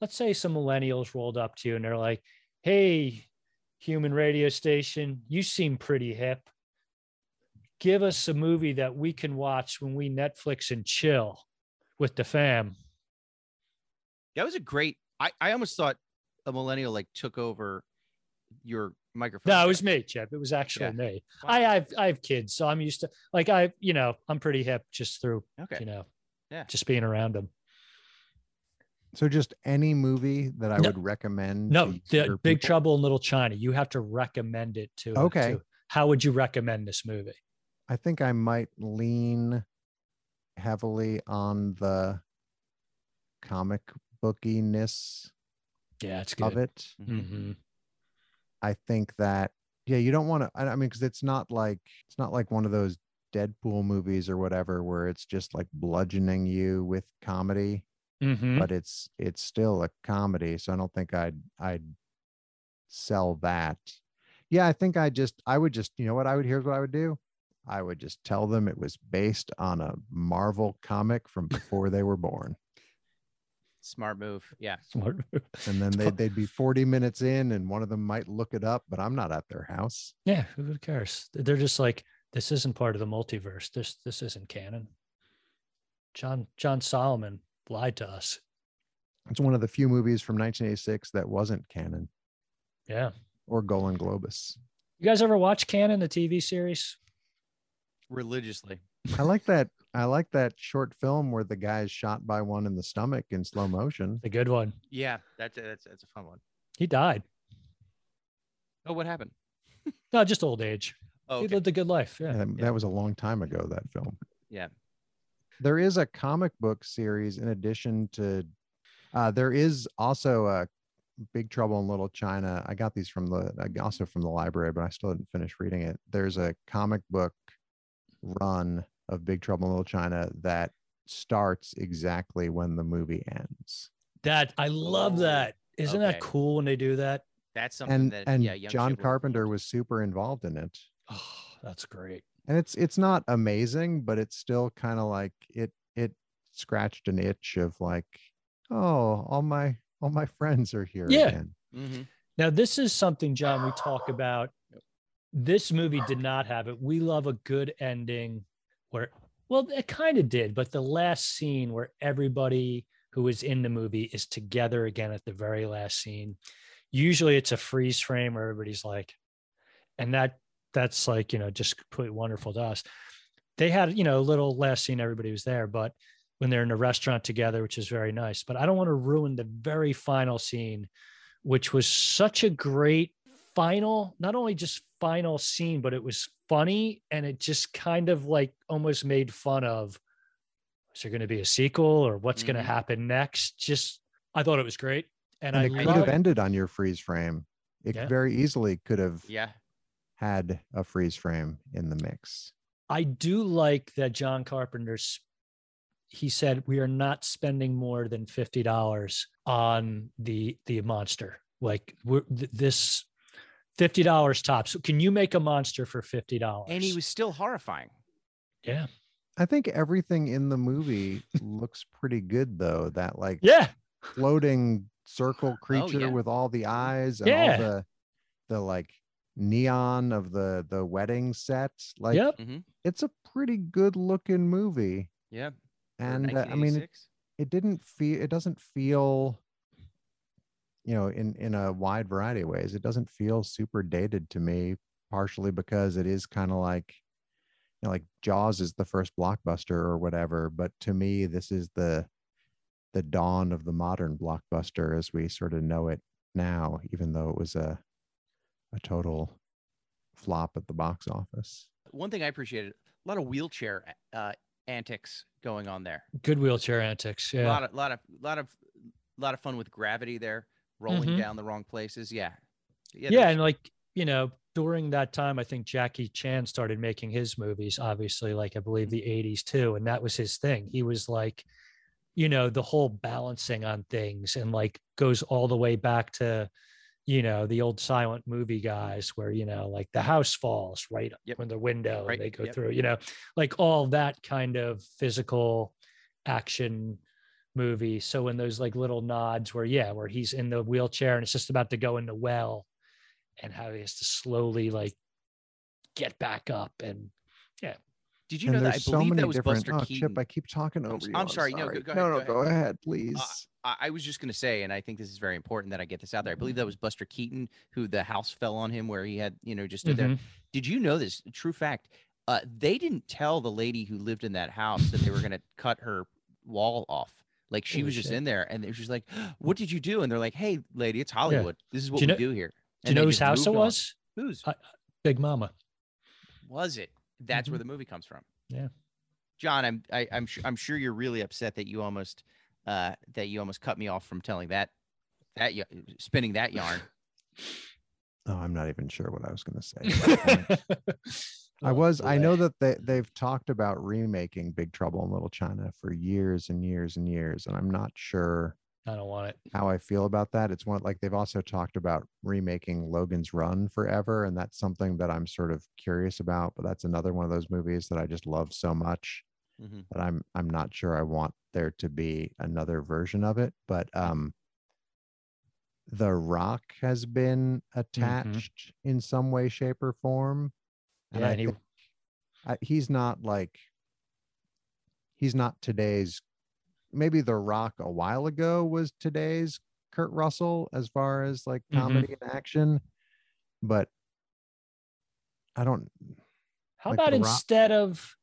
let's say some millennials rolled up to you and they're like, hey, human radio station, you seem pretty hip. Give us a movie that we can watch when we Netflix and chill with the fam.
That was a great. I, I almost thought a millennial like took over your microphone.
No, it
there.
was me, Chip. It was actually
Yeah.
me.
Wow.
I I've I have kids, so I'm used to like I you know I'm pretty hip just through
okay.
you know
Yeah.
just being around them.
So just any movie that I
No.
would recommend.
No,
to
the
younger
Big
people?
Trouble in Little China. You have to recommend it to.
Okay.
to- how would you recommend this movie?
I think I might lean heavily on the comic bookiness
Yeah, it's
of
good.
it.
hmm
I think that yeah, you don't want to. I I mean, because it's not like it's not like one of those Deadpool movies or whatever where it's just like bludgeoning you with comedy,
hmm
but it's it's still a comedy. So I don't think I'd I'd sell that. Yeah, I think I just I would just you know what I would here's what I would do. I would just tell them it was based on a Marvel comic from before they were born,
Smart move. Yeah.
Smart. [LAUGHS] move.
and then
It's
they
prob-
they'd be forty minutes in, and one of them might look it up, but I'm not at their house.
Yeah, who cares? They're just like this isn't part of the multiverse. This this isn't canon. John John Solomon lied to us.
It's one of the few movies from 1986 that wasn't canon
Yeah.
or Golan Globus.
You guys ever watch Canon, the TV series?
Religiously.
I like that. I like that short film where the guy is shot by one in the stomach in slow motion.
The good one.
Yeah. That's that's that's a fun one.
He died.
Oh, what happened?
No, just old age.
Oh,
He
okay.
lived a good life. Yeah.
Yeah, that, that was a long time ago. That film.
Yeah.
There is a comic book series in addition to. Uh, there is also a Big Trouble in Little China. I got these from the uh, also from the library, but I still didn't finish reading it. There's a comic book run of Big Trouble in Little China that starts exactly when the movie ends.
That I love
Oh,
that. Isn't that
okay.
cool when they do that?
That's something
And
that
and
yeah, young
John
Shiv would've
Carpenter
loved.
was super involved in it.
Oh, that's great.
And it's it's not amazing, but it's still kind of like it it scratched an itch of like, oh, all my all my friends are here
Yeah.
again.
Mhm.
Now, this is something, John, we talk about. This movie did not have it. We love a good ending where, well, it kind of did, but the last scene where everybody who is in the movie is together again at the very last scene. Usually it's a freeze frame where everybody's like, and that that's like, you know, just completely wonderful to us. They had, you know, a little last scene, everybody was there, but when they're in a restaurant together, which is very nice. But I don't want to ruin the very final scene which was such a great final, not only just final scene, but it was funny and it just kind of like almost made fun of is there going to be a sequel or what's going to
Mhm.
happen next? Just, I thought it was great. And,
And,
I
it could
love
have ended on your freeze frame. It
Yeah.
very easily could have
Yeah.
had a freeze frame in the mix.
I do like that John Carpenter's he said we are not spending more than $50 on the the monster. Like we're, th- this $50 tops. Can you make a monster for $50?
And he was still horrifying.
yeah.
I think everything in
[LAUGHS]
the movie looks pretty good though. That like
Yeah. Oh,
floating circle creature
yeah.
with all the eyes and
Yeah.
all the the like neon of the the wedding set. Like
yep.
it's a pretty good looking movie.
Yeah. for
And uh, I mean it,
1986.
it didn't feel it doesn't feel you know in in a wide variety of ways. It doesn't feel super dated to me partially because it is kind of like you know, like Jaws is the first blockbuster or whatever, but to me this is the the dawn of the modern blockbuster as we sort of know it now, even though it was a a total flop at the box office.
one thing I appreciated a lot of wheelchair uh, antics going on there.
Good wheelchair antics.
A
Yeah.
lot of lot of lot of lot of fun with gravity there, rolling
Mm-hmm.
Mhm.
down the wrong places. Yeah.
Yeah.
there's-
and like, you know, during that time, I think Jackie Chan started making his movies, obviously, like I believe
Mm-hmm.
the 80s too. And that was his thing. He was like, you know, the whole balancing on things and like goes all the way back to, you know, the old silent movie guys where, you know, like the house falls right
Yep.
from the window
Right,
and they go
yep.
through, you know, like all that kind of physical action movie. So in those like little nods where yeah, where he's in the wheelchair and it's just about to go in the well, and how he has to slowly like get back up and
Did you
and
know that? I
there's so
believe
many
that was
different.
Buster
oh,
Keaton.
Chip, I keep talking over
s-
you.
I'm sorry. No, go- go ahead, go
no, no,
ahead. Uh,
go ahead, please.
I, I was just going to say, and I think this is very important that I get this out there. I
Mm-hmm.
believe that was Buster Keaton who the house fell on him where he had, you know, just
Mm-hmm.
stood there.
Mhm.
Did you know this? True fact. Uh, they didn't tell the lady who lived in that house that they were going
[LAUGHS]
to cut her wall off. Like she
Holy
was just
shit.
in there, and she's like, [GASPS] "What did you do?" And they're like, "Hey, lady, it's Hollywood. This is what
you
we
know-
do here."
do you
And
know
they
whose
just
house
moved
it
on.
was? Uh,
Whose
Big Mama.
was it? That's where the movie comes from.
mm-hmm. Yeah.
John, I'm I, I'm su- I'm sure you're really upset that you almost uh that you almost cut me off from telling that that y- spinning that yarn.
Oh, I'm not even sure what I was
[LAUGHS]
going to say. at that point. I
Oh,
was. I know that they they've talked about remaking Big Trouble in Little China for years and years and years, and I'm not sure
I don't want it.
how I feel about that. It's one like they've also talked about remaking Logan's Run forever, and that's something that I'm sort of curious about. But that's another one of those movies that I just love so much
Mm-hmm.
Mhm.
that I'm I'm not sure I want there to be another version of it. But um, The Rock has been
Mm-hmm.
attached in some way, shape, or form. And
Yeah,
I
and he,
thi- I, he's not like he's not today's maybe the rock a while ago was today's kurt russell as far as like
Mhm.
comedy and action but i don't
how
like
about
The Rock.
instead of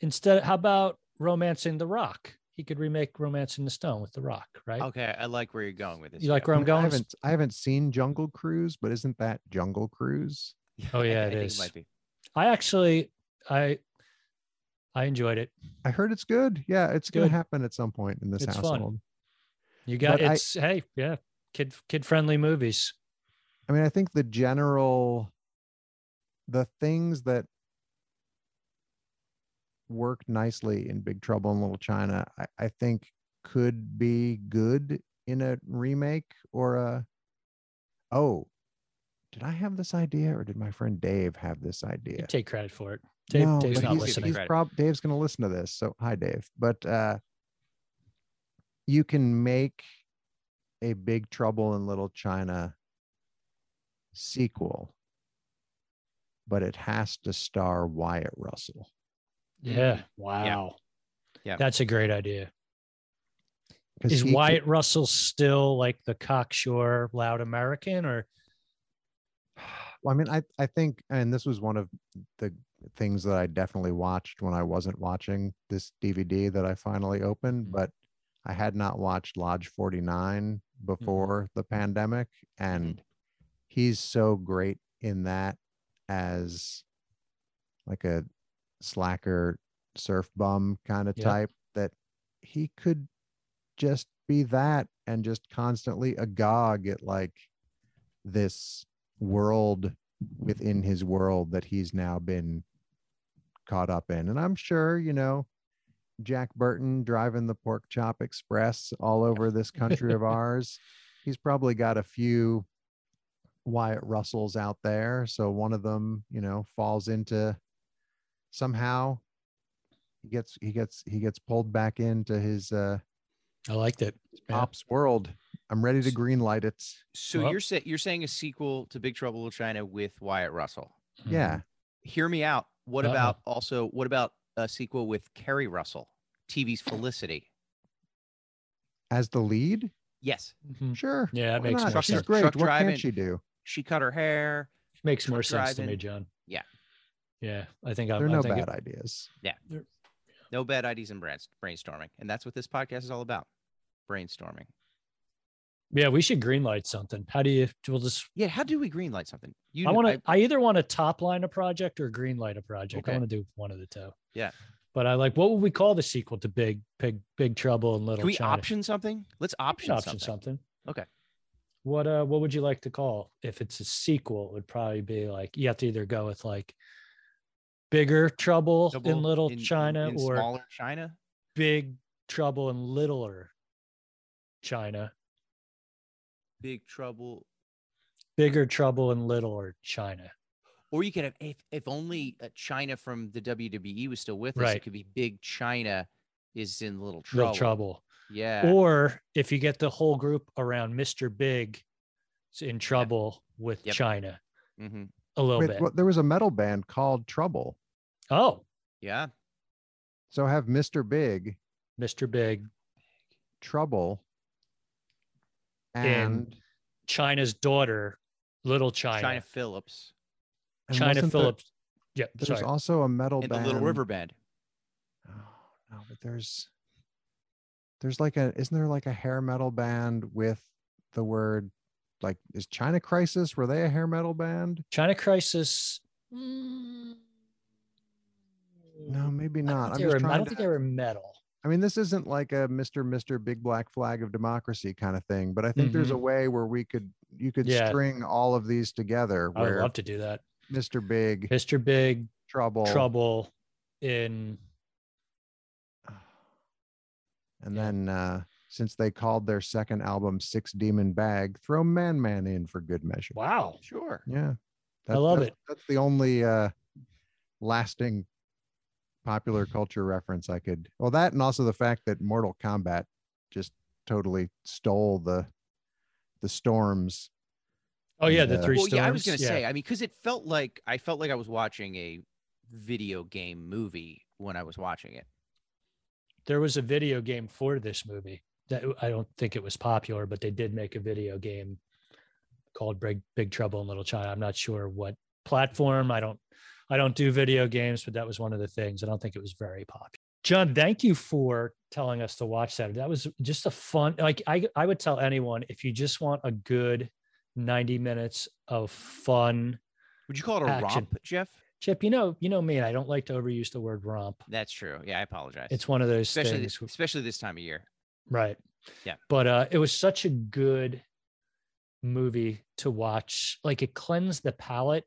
instead how about romancing the rock? He could remake Romancing the Stone with the Rock, [LAUGHS] right?
Okay, I like where you're going with this.
You like
Jeff.
where I'm
I
going?
haven't i haven't seen jungle cruise but isn't that jungle cruise
Oh,
I-
yeah,
I
it
think
is.
might be.
I actually I I enjoyed it.
i heard it's good yeah it's gonna
Good.
happen at some point in this
It's fun.
household
You got
But I-
it's hey, yeah, kid kid friendly movies.
I mean, I think the general, the things that work nicely in Big Trouble in Little China, I, I think could be good in a remake or a. Oh, did I have this idea or did my friend Dave have this idea?
You take credit for it. Dave,
no,
Dave's
but
not
he's,
listening.
He's prob- Dave's going to listen to this. So hi, Dave. But uh, you can make a Big Trouble in Little China sequel, but it has to star Wyatt Russell.
yeah. Wow.
Yeah.
That's a great idea.
'Cause
Is
he ca-
Wyatt Russell still like the cocksure loud American or
Well, I mean, I I think, and this was one of the things that I definitely watched when I wasn't watching this DVD that I finally opened, but I had not watched Lodge 49 before the pandemic, and he's so great in that as like a slacker surf bum kind of
Yeah.
type that he could just be that and just constantly agog at like this world within his world that he's now been caught up in. And I'm sure, you know, Jack Burton driving the Pork Chop Express all over this country [LAUGHS] of ours. He's probably got a few Wyatt Russells out there. So one of them, you know, falls into somehow he gets he gets he gets pulled back into his uh
I liked it. Yeah.
ops world. I'm ready to
S-
green light it.
So
Well-
you're sa- you're saying a sequel to Big Trouble in Little China with Wyatt Russell.
Yeah.
Hear me out. What
Uh-oh.
about also what about a sequel with Carrie Russell, TV's Felicity?
As the lead?
Yes.
Mhm.
Sure.
Yeah, that
why
makes
not?
more
She's
sense.
great.
Truck
what
driving.
can't she do?
She cut her hair.
Makes more
Truck
sense to me,
driving.
John.
Yeah.
Yeah. I think I'm
There are no
I think
bad ideas.
No bad ideas and brains- brainstorming. And that's what this podcast is all about. Brainstorming.
Yeah, we should greenlight something. How do you we'll just
Yeah, how do we greenlight something? You
I
know-
want to. I, either want to top line a project or green light a project. I
Okay.
want to do one of the two.
Yeah.
But I like. What would we call the sequel to Big Big Big Trouble in Little
Can we
China?
option something? Let's
We
option,
can option
something.
something.
Okay.
What uh? What would you like to call if it's a sequel? It would probably be like you have to either go with like bigger trouble in
Double
Little
in- in-
China
in
or
smaller China.
Big Trouble in Littler China.
Big trouble.
Bigger Trouble in Littler China.
Or you could have if if only uh, China from the WWE E was still with us,
Right.
it could be Big China is in little trouble.
Little Trouble.
Yeah.
Or if you get the whole group around Mr. Big is in trouble with
Yep.
China
hmm
a little
Wait,
bit.
what- there was a metal band called Trouble.
Oh,
Yeah.
So have Mr. Big,
Mr. Big,
Trouble,
And
and
China's daughter, little China, China,
China, Phillips
and wasn't there-
Phillips. yeah,
There's
sorry.
also a metal
and the
band.
Little River Band.
Oh, no, but there's there's like a isn't there like a hair metal band with the word like is China Crisis? Were they a hair metal band?
China Crisis.
No, maybe
Mm, I don't, think
not. I'm
they were,
just
I
trying
don't
to,
think they were metal.
I mean, this isn't like a Mr. Mr. Big Black Flag of Democracy kind of thing, but I think there's a way where we could you could
Mm-hmm. Yeah.
string all of these together
I would
where
love to do that.
Mr. Big
Mr. Big,
Trouble
Trouble in
and
Yeah.
then uh since they called their second album Six Demon Bag, throw Man Man in for good measure.
Wow.
Sure.
Yeah.
I love
that's, That's the only uh lasting popular culture reference I could well that and also the fact that Mortal Kombat just totally stole the the storms.
Oh yeah, the
Yeah.
three
well,
storms.
yeah, I was gonna
Yeah.
say. I mean, because it felt like I felt like I was watching a video game movie when I was watching it.
there was a video game for this movie that I don't think it was popular, but they did make a video game called Big, Big Trouble in Little China. I'm not sure what platform. I don't I don't do video games, but that was one of the things. I don't think it was very popular. John, thank you for telling us to watch that. That was just a fun like I I would tell anyone if you just want a good 90 minutes of fun.
Would you call it a
Action.
romp, Jeff?
Chip, you know, you know me, I don't like to overuse the word romp.
That's true. Yeah, I apologize.
It's one of those
especially
things.
this, especially this time of year.
Right.
Yeah.
But uh it was such a good movie to watch. Like it cleansed the palate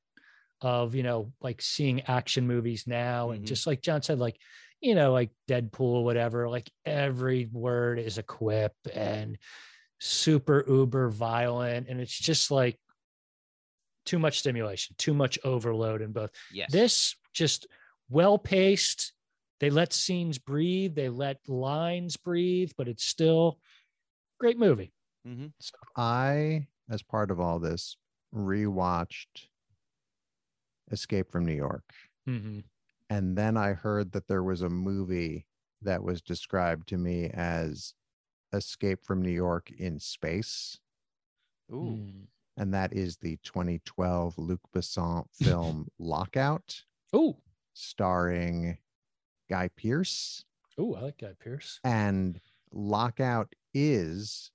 of, you know, like seeing action movies now and
Mhm.
just like John said like, you know, like Deadpool whatever, like every word is a quip and super uber violent and it's just like too much stimulation, too much overload in both
Yes.
this just well paced they let scenes breathe they let lines breathe but it's still great movie
Mhm.
So I, as part of all this, rewatched Escape from New York. And then I heard that there was a movie that was described to me as Escape from New York in Space.
Ooh.
Mm.
And that is the 2012 Luc
[LAUGHS]
Besson film Lockout,
ooh
starring Guy Pearce.
ooh i like guy pierce
And Lockout is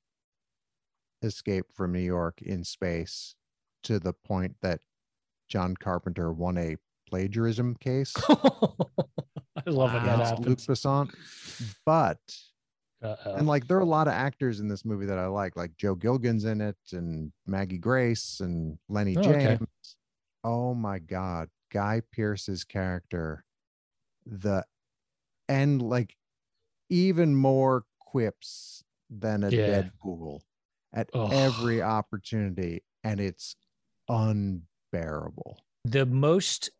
Escape from New York in space to the point that John Carpenter won a plagiarism case
[LAUGHS] i love when that
against Luc
happens
Besson. But and
Uh-oh.
like there are a lot of actors in this movie that I like, like Joe Gilgan's in it, and Maggie Grace and Lenny
Oh,
James.
okay.
Oh my God, Guy Pierce's character, the and like even more quips than a
Yeah.
Deadpool at
Ugh.
every opportunity, and it's unbearable.
the most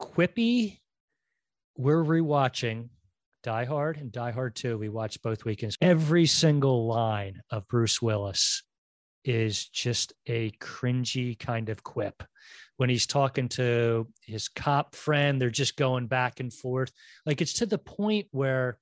quippy we're rewatching die hard and die hard 2 we watched both weekends every single line of bruce willis is just a cringy kind of quip when he's talking to his cop friend they're just going back and forth like it's to the point where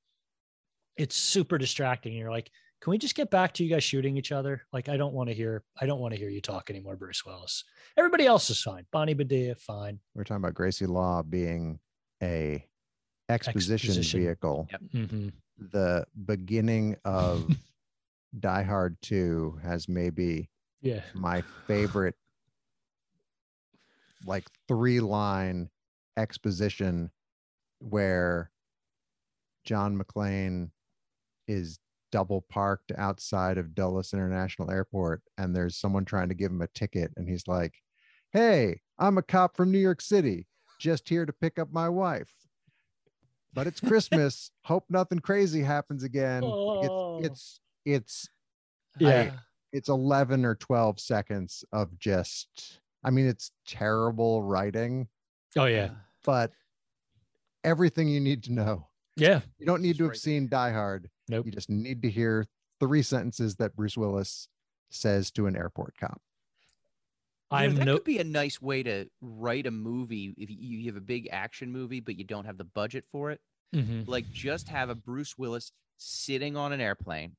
it's super distracting you're like can we just get back to you guys shooting each other like i don't want to hear i don't want to hear you talk anymore bruce willis everybody else is fine bonnie Badea, fine
We're talking about Gracie Law being a exposition.
Exposition.
vehicle.
Mhm.
the beginning of Die Hard 2 has maybe
yeah
my favorite like three line exposition where John McClane is double parked outside of Dulles International Airport and there's someone trying to give him a ticket and he's like, "Hey, I'm a cop from New York City, just here to pick up my wife." But it's Christmas. Hope nothing crazy happens again. Like,
Oh.
It's it's it's
yeah
it's 11 or 12 seconds of just i mean it's terrible writing
oh yeah
but everything you need to know
yeah
you don't need
Just
to have
right
seen die hard
Nope.
You just need to hear three sentences that Bruce Willis says to an airport cop.
You know,
I'm
that
no
could be a nice way to write a movie if you, you have a big action movie but you don't have the budget for it.
Mhm.
Like just have a Bruce Willis sitting on an airplane,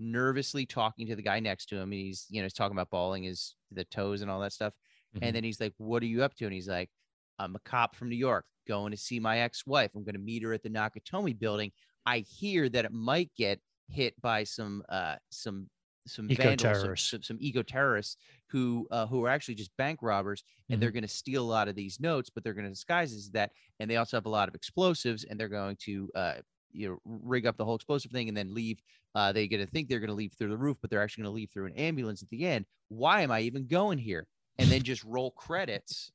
nervously talking to the guy next to him, and he's you know he's talking about balling his the toes and all that stuff,
Mhm.
and then he's like, "What are you up to?" And he's like, "I'm a cop from New York, going to see my ex-wife. I'm going to meet her at the Nakatomi Building. I hear that it might get hit by some uh some." Some vandals, some,
Eco-terrorists.
some, some eco terrorists who uh, who are actually just bank robbers, and they're going to steal a lot of these notes, but they're going to disguise as that. And they also have a lot of explosives, and they're going to uh, you know rig up the whole explosive thing and then leave. Uh, they're going to think they're going to leave through the roof, but they're actually going to leave through an ambulance at the end. Why am I even going here? And then just roll credits.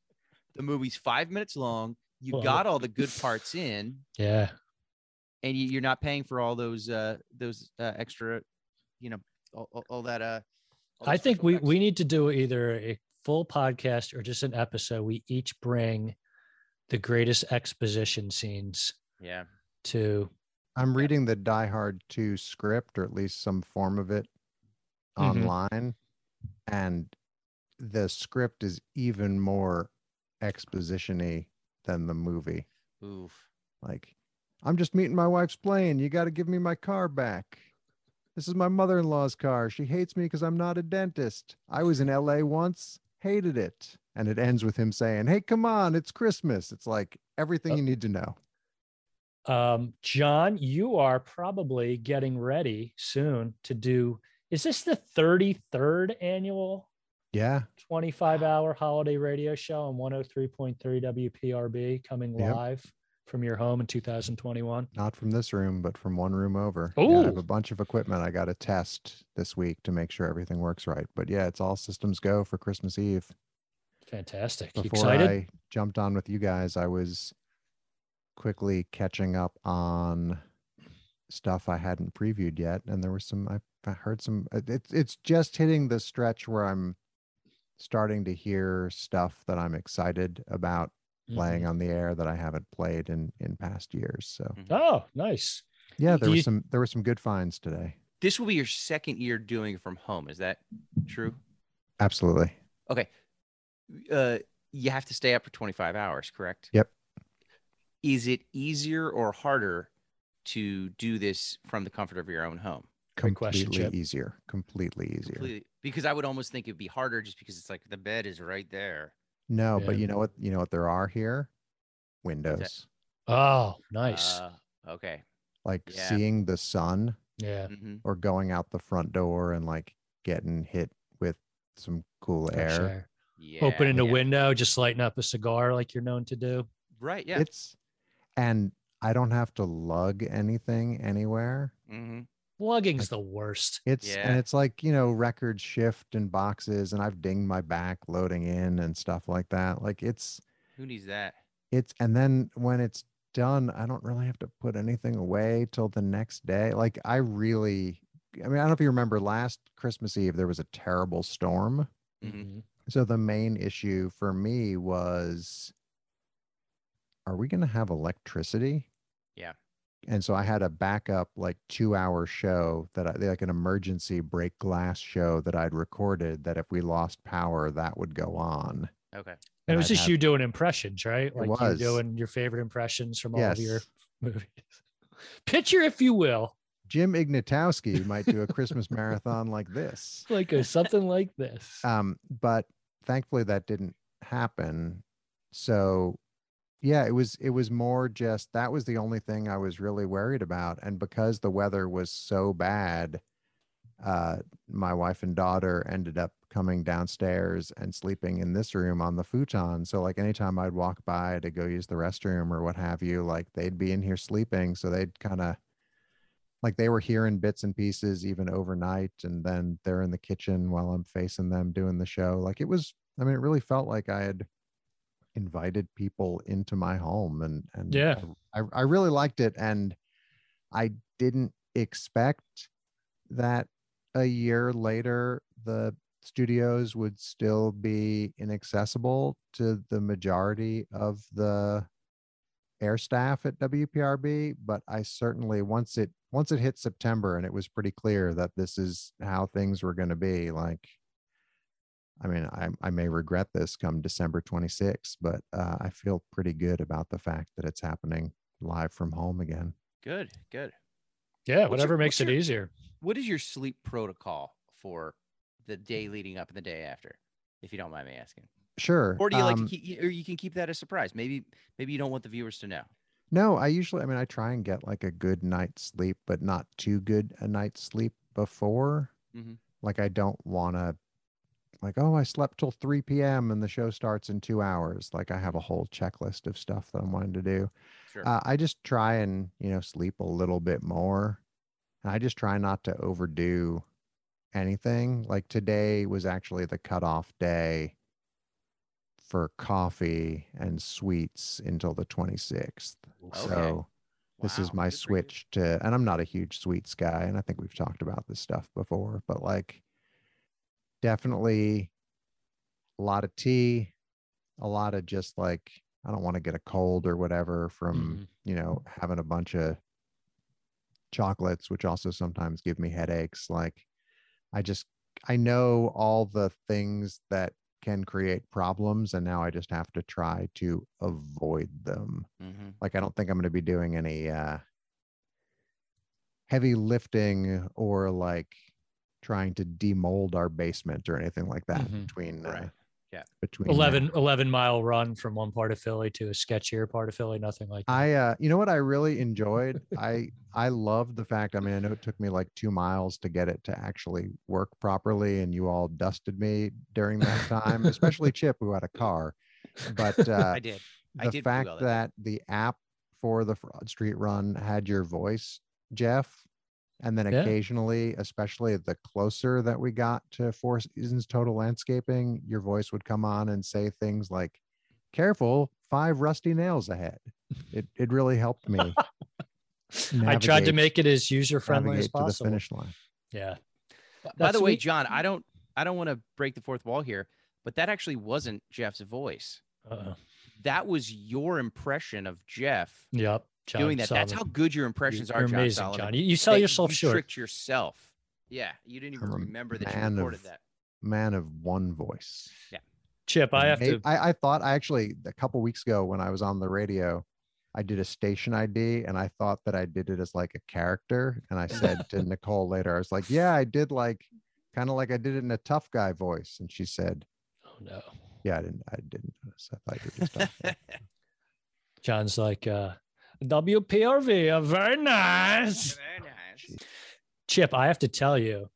The movie's five minutes long. You
Well-
got all the
[LAUGHS]
good parts in,
Yeah.
and you, you're not paying for all those uh, those uh, extra, you know, all, all- all that. Uh, all
I
those
think
special
we
effects.
we need to do either a full podcast or just an episode. We each bring the greatest exposition scenes
yeah.
to
I'm reading the Die Hard 2 script, or at least some form of it,
Mhm.
online, and the script is even more exposition-y than the movie.
Oof.
Like, I'm just meeting my wife's plane. You got to give me my car back. This is my mother in law's car. She hates me because I'm not a dentist. I was in LA once, hated it. And it ends with him saying, Hey, come on, it's Christmas. It's like everything you need to know.
um John, you are probably getting ready soon to do is this the 33rd annual
Yeah.
25 hour holiday radio show on 103.3 WPRB coming
Yep.
live from your home in 2021?
Not from this room, but from one room over. I have
Ooh.
a bunch of equipment I got to test this week to make sure everything works right. But yeah, it's all systems go for Christmas Eve.
Fantastic. You
before
Excited?
I jumped on with you guys, I was quickly catching up on stuff I hadn't previewed yet, and there was some I I heard some. it- It's it's just hitting the stretch where I'm starting to hear stuff that I'm excited about
Mm-hmm.
playing on the air that I haven't played in in past years. So
Mhm.
Oh, nice.
yeah, there
Do
were
you-
some there were some good finds today.
this will be your second year doing it from home. Is that true?
Absolutely.
Uh, you have to stay up for 25 hours, correct?
Yep.
Is it easier or harder to do this from the comfort of your own home?
Great question,
Completely
Chip.
easier. Completely easier.
Completely. Because I would almost think it'd be harder just because it's like the bed is right there.
No, but
Yeah.
you know what? You know what there are here? Windows.
Oh, nice.
Uh, okay.
Like
yeah.
seeing the sun
yeah.
hmm
or going out the front door and like getting hit with some cool
Fresh
air.
air.
Yeah.
Opening the
yeah.
window, just lighting up a cigar like you're known to do.
Right. Yeah.
It's and I don't have to lug anything anywhere.
hmm
Lugging's the worst.
It's
Yeah.
and it's like, you know, record shift and boxes and I've dinged my back loading in and stuff like that. Like it's
Who needs that?
it's and then when it's done, I don't really have to put anything away till the next day. Like I really I mean, I don't know if you remember last Christmas Eve there was a terrible storm.
Mm-hmm.
Mhm.
So the main issue for me was are we going to have electricity?
Yeah.
And so I had a backup like 2-hour show that I like an emergency break glass show that I'd recorded that if we lost power that would go on.
Okay.
And it was
I'd
just
have-
you doing impressions, right? Like
was.
you doing your favorite impressions from all of your
Yes.
[LAUGHS] movies. Picture, if you will,
Jim Ignatowski might do a Christmas marathon like this.
like
[LAUGHS]
a, something like this.
Um, but thankfully that didn't happen. So yeah, it was it was more just that was the only thing I was really worried about. And because the weather was so bad, uh, my wife and daughter ended up coming downstairs and sleeping in this room on the futon. So like anytime I'd walk by to go use the restroom or what have you, like they'd be in here sleeping. So they'd kind of like they were hearing bits and pieces even overnight and then they're in the kitchen while i'm facing them doing the show like it was i mean it really felt like i had invited people into my home and and
Yeah.
i, I really liked it and i didn't expect that a year later the studios would still be inaccessible to the majority of the air staff at WPRB, but I certainly once it once it hit September and it was pretty clear that this is how things were going to be, like, I mean, I, I may regret this come December 26th, but uh, I feel pretty good about the fact that it's happening live from home again.
Good, good.
Yeah,
What's
whatever
your-
makes
what's
it
your-
easier.
What is your sleep protocol for the day leading up and the day after, if you don't mind me asking?
Sure.
Or do you like to
um,
keep, or you can keep that a surprise? Maybe, maybe you don't want the viewers to know.
No, I usually, I mean, I try and get like a good night's sleep, but not too good a night's sleep before.
Mhm.
Like, I don't want to, like, oh, I slept till 3 p.m. and the show starts in two hours. Like, I have a whole checklist of stuff that I'm wanting to do.
Sure.
Uh, I just try and, you know, sleep a little bit more. And I just try not to overdo anything. Like, today was actually the cutoff day for coffee and sweets until the 26th.
Okay.
So this
Wow,
is my
good for you.
switch to, and I'm not a huge sweets guy, and I think we've talked about this stuff before, but like definitely a lot of tea, a lot of just like, I don't want to get a cold or whatever from,
Mm-hmm.
you know, having a bunch of chocolates, which also sometimes give me headaches. Like, I just, I know all the things that can create problems, and now I just have to try to avoid them
Mhm.
like i don't think i'm going to be doing any uh heavy lifting or like trying to demold our basement or anything like that
Mhm.
between uh,
Mm-hmm. Right. Yeah.
between now.
11, 11 mile run from one part of Philly to a sketchier part of Philly, nothing like that.
i uh you know what i really enjoyed [LAUGHS] i i loved the fact i mean i know it took me like two miles to get it to actually work properly and you all dusted me during that time especially chip who had a car but uh
[LAUGHS] I did. I
the
did pretty
fact
well that day.
that the app for the Fraud Street Run had your voice, Jeff, and then
Yeah.
occasionally, especially the closer that we got to Four Seasons Total Landscaping, your voice would come on and say things like, "Careful, five rusty nails
[LAUGHS]
ahead." It it really helped me
I tried to
navigate-
make it as user friendly as
navigate to the
possible.
finish line.
Yeah.
B- By the
That's
way,
sweet.
John, I don't, I don't want to break the fourth wall here, but that actually wasn't Jeff's voice.
Uh-oh.
Mm-hmm.
That was your impression of Jeff
Yep. John
doing that. That's
Solomon.
how good your impressions are,
You're
John
amazing,
Solomon.
John. You, you sell
that
yourself
you
short.
Tricked yourself. Yeah, you didn't even
I'm a
remember that you
man of-
recorded that.
Man of one voice.
Chip, I have
May-
to.
I, I thought I actually a couple weeks ago when I was on the radio, I did a station ID and I thought that I did it as like a character. And I said
[LAUGHS]
to Nicole later, I was like, Yeah, I did like kind of like I did it in a tough guy voice. And she said,
Oh, no.
Yeah, I didn't I didn't notice. I thought you were
[LAUGHS]
just tough guy."
John's like, uh, WPRV, uh, very nice.
[LAUGHS] Very nice.
Chip, I have to tell you,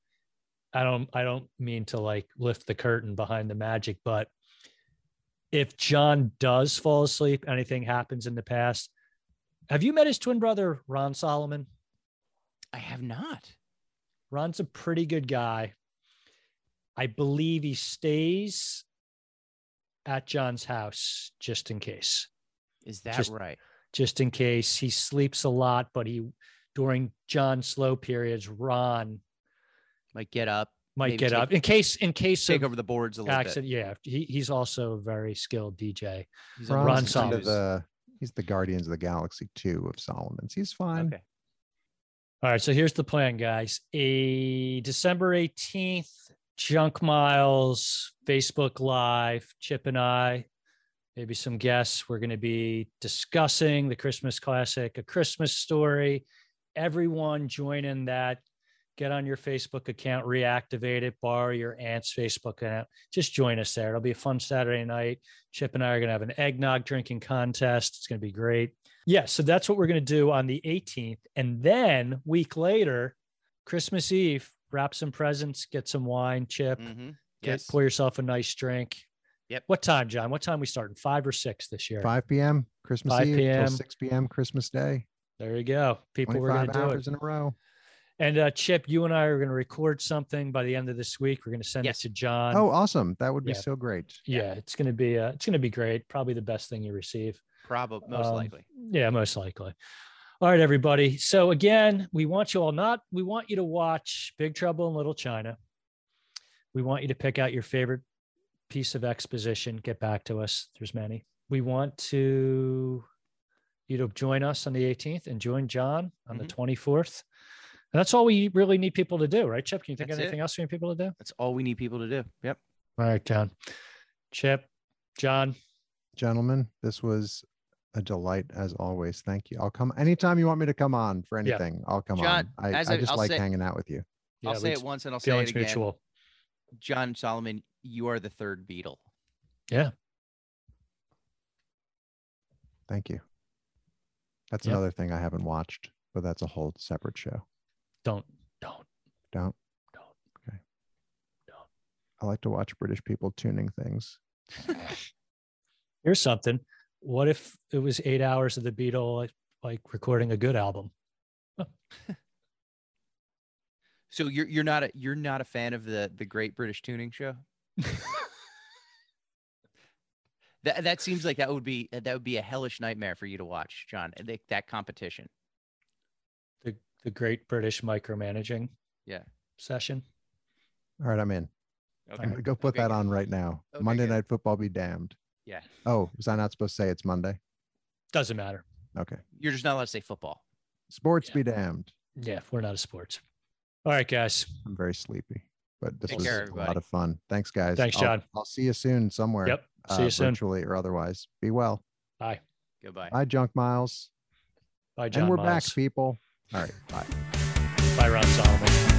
I don't I don't mean to like lift the curtain behind the magic, but if John does fall asleep, anything happens in the past. Have you met his twin brother, Ron Solomon?
I have not.
Ron's a pretty good guy. I believe he stays at John's house just in case.
Is that
Just-
right?
just in case he sleeps a lot but he during john's slow periods ron
Like get up,
might
Maybe
get
take-
up in case in case
take
of
over the boards a little
accident yeah he, he's also a very skilled dj
bit. He's on
Ron
Ron's kind
Solomon.
of the he's the Guardians of the Galaxy 2 of Solomon's. He's fine.
Okay.
all right so here's the plan guys a december 18th junk miles facebook live chip and i maybe some guests we're going to be discussing the christmas classic a christmas story everyone join in that get on your facebook account reactivate it borrow your aunt's facebook account just join us there it'll be a fun saturday night chip and i are going to have an eggnog drinking contest it's going to be great yeah so that's what we're going to do on the 18th and then week later christmas eve wrap some presents get some wine chip
Mm-hmm.
Get,
Yes.
Pour yourself a nice drink.
Yep.
What time, John? What time we starting? Five or six this year?
5 p.m. Christmas
5
Eve
p.m..
till 6 p.m. Christmas Day.
There you go. People were going
25
to do
hours
it.
in a row.
And uh, Chip, you and I are going to record something by the end of this week. We're going to send
Yes.
it to John.
oh, awesome. That would be
yeah.
so great.
yeah. It's going to be uh, it's going to be great. Probably the best thing you receive.
Probably most
Um,
likely.
Yeah, most likely. All right, everybody. So again, we want you all not we want you to watch Big Trouble in Little China. We want you to pick out your favorite piece of exposition. Get back to us. There's many. We want to you to join us on the 18th and join John on
Mhm.
the 24th. And that's all we really need people to do, right, Chip? Can you think of
That's it.
anything else we need people to do?
That's all we need people to do. Yep.
All right, John. Chip, John,
Gentlemen, this was a delight as always. Thank you. I'll come anytime you want me to come on for
Yeah.
anything. I'll come
John,
on. I,
as
I
I-
just
I'll
like
say-
hanging out with you.
Yeah,
I'll say
we-
it once and I'll say it
feelings
again.
mutual.
John Solomon, you are the third Beatle.
Thank you. That's
Yep.
another thing I haven't watched, but that's a whole separate show.
Don't, don't.
Don't.
Don't.
Okay.
Don't.
I like to watch British people tuning things.
Here's something. What if it was eight hours of the Beatle, like, like recording a good album?
So you're you're not a you're not a fan of the the Great British Tuning Show. that that seems like that would be that would be a hellish nightmare for you to watch, John. That, that competition.
The, the Great British Micromanaging
Yeah.
session.
All right, I'm in. I'm gonna go put
Okay,
that
good.
on right now.
Okay,
Monday
good.
Night Football be damned.
Yeah.
Oh, was I not supposed to say it's Monday?
Doesn't matter.
Okay.
You're just not allowed to say football.
Sports
Yeah.
be damned.
Yeah, we're not a sports. All right, guys.
I'm very sleepy, but this
Take
was
care,
a lot
everybody.
of fun. Thanks, guys.
Thanks,
I'll-
John.
I'll see you soon somewhere.
Yep. See you soon.
Virtually uh, or otherwise. Be well.
Goodbye.
Bye, Junk Miles.
Bye, John.
and we're
Miles.
back, people. All right. Bye.
Bye, Ron Solomon.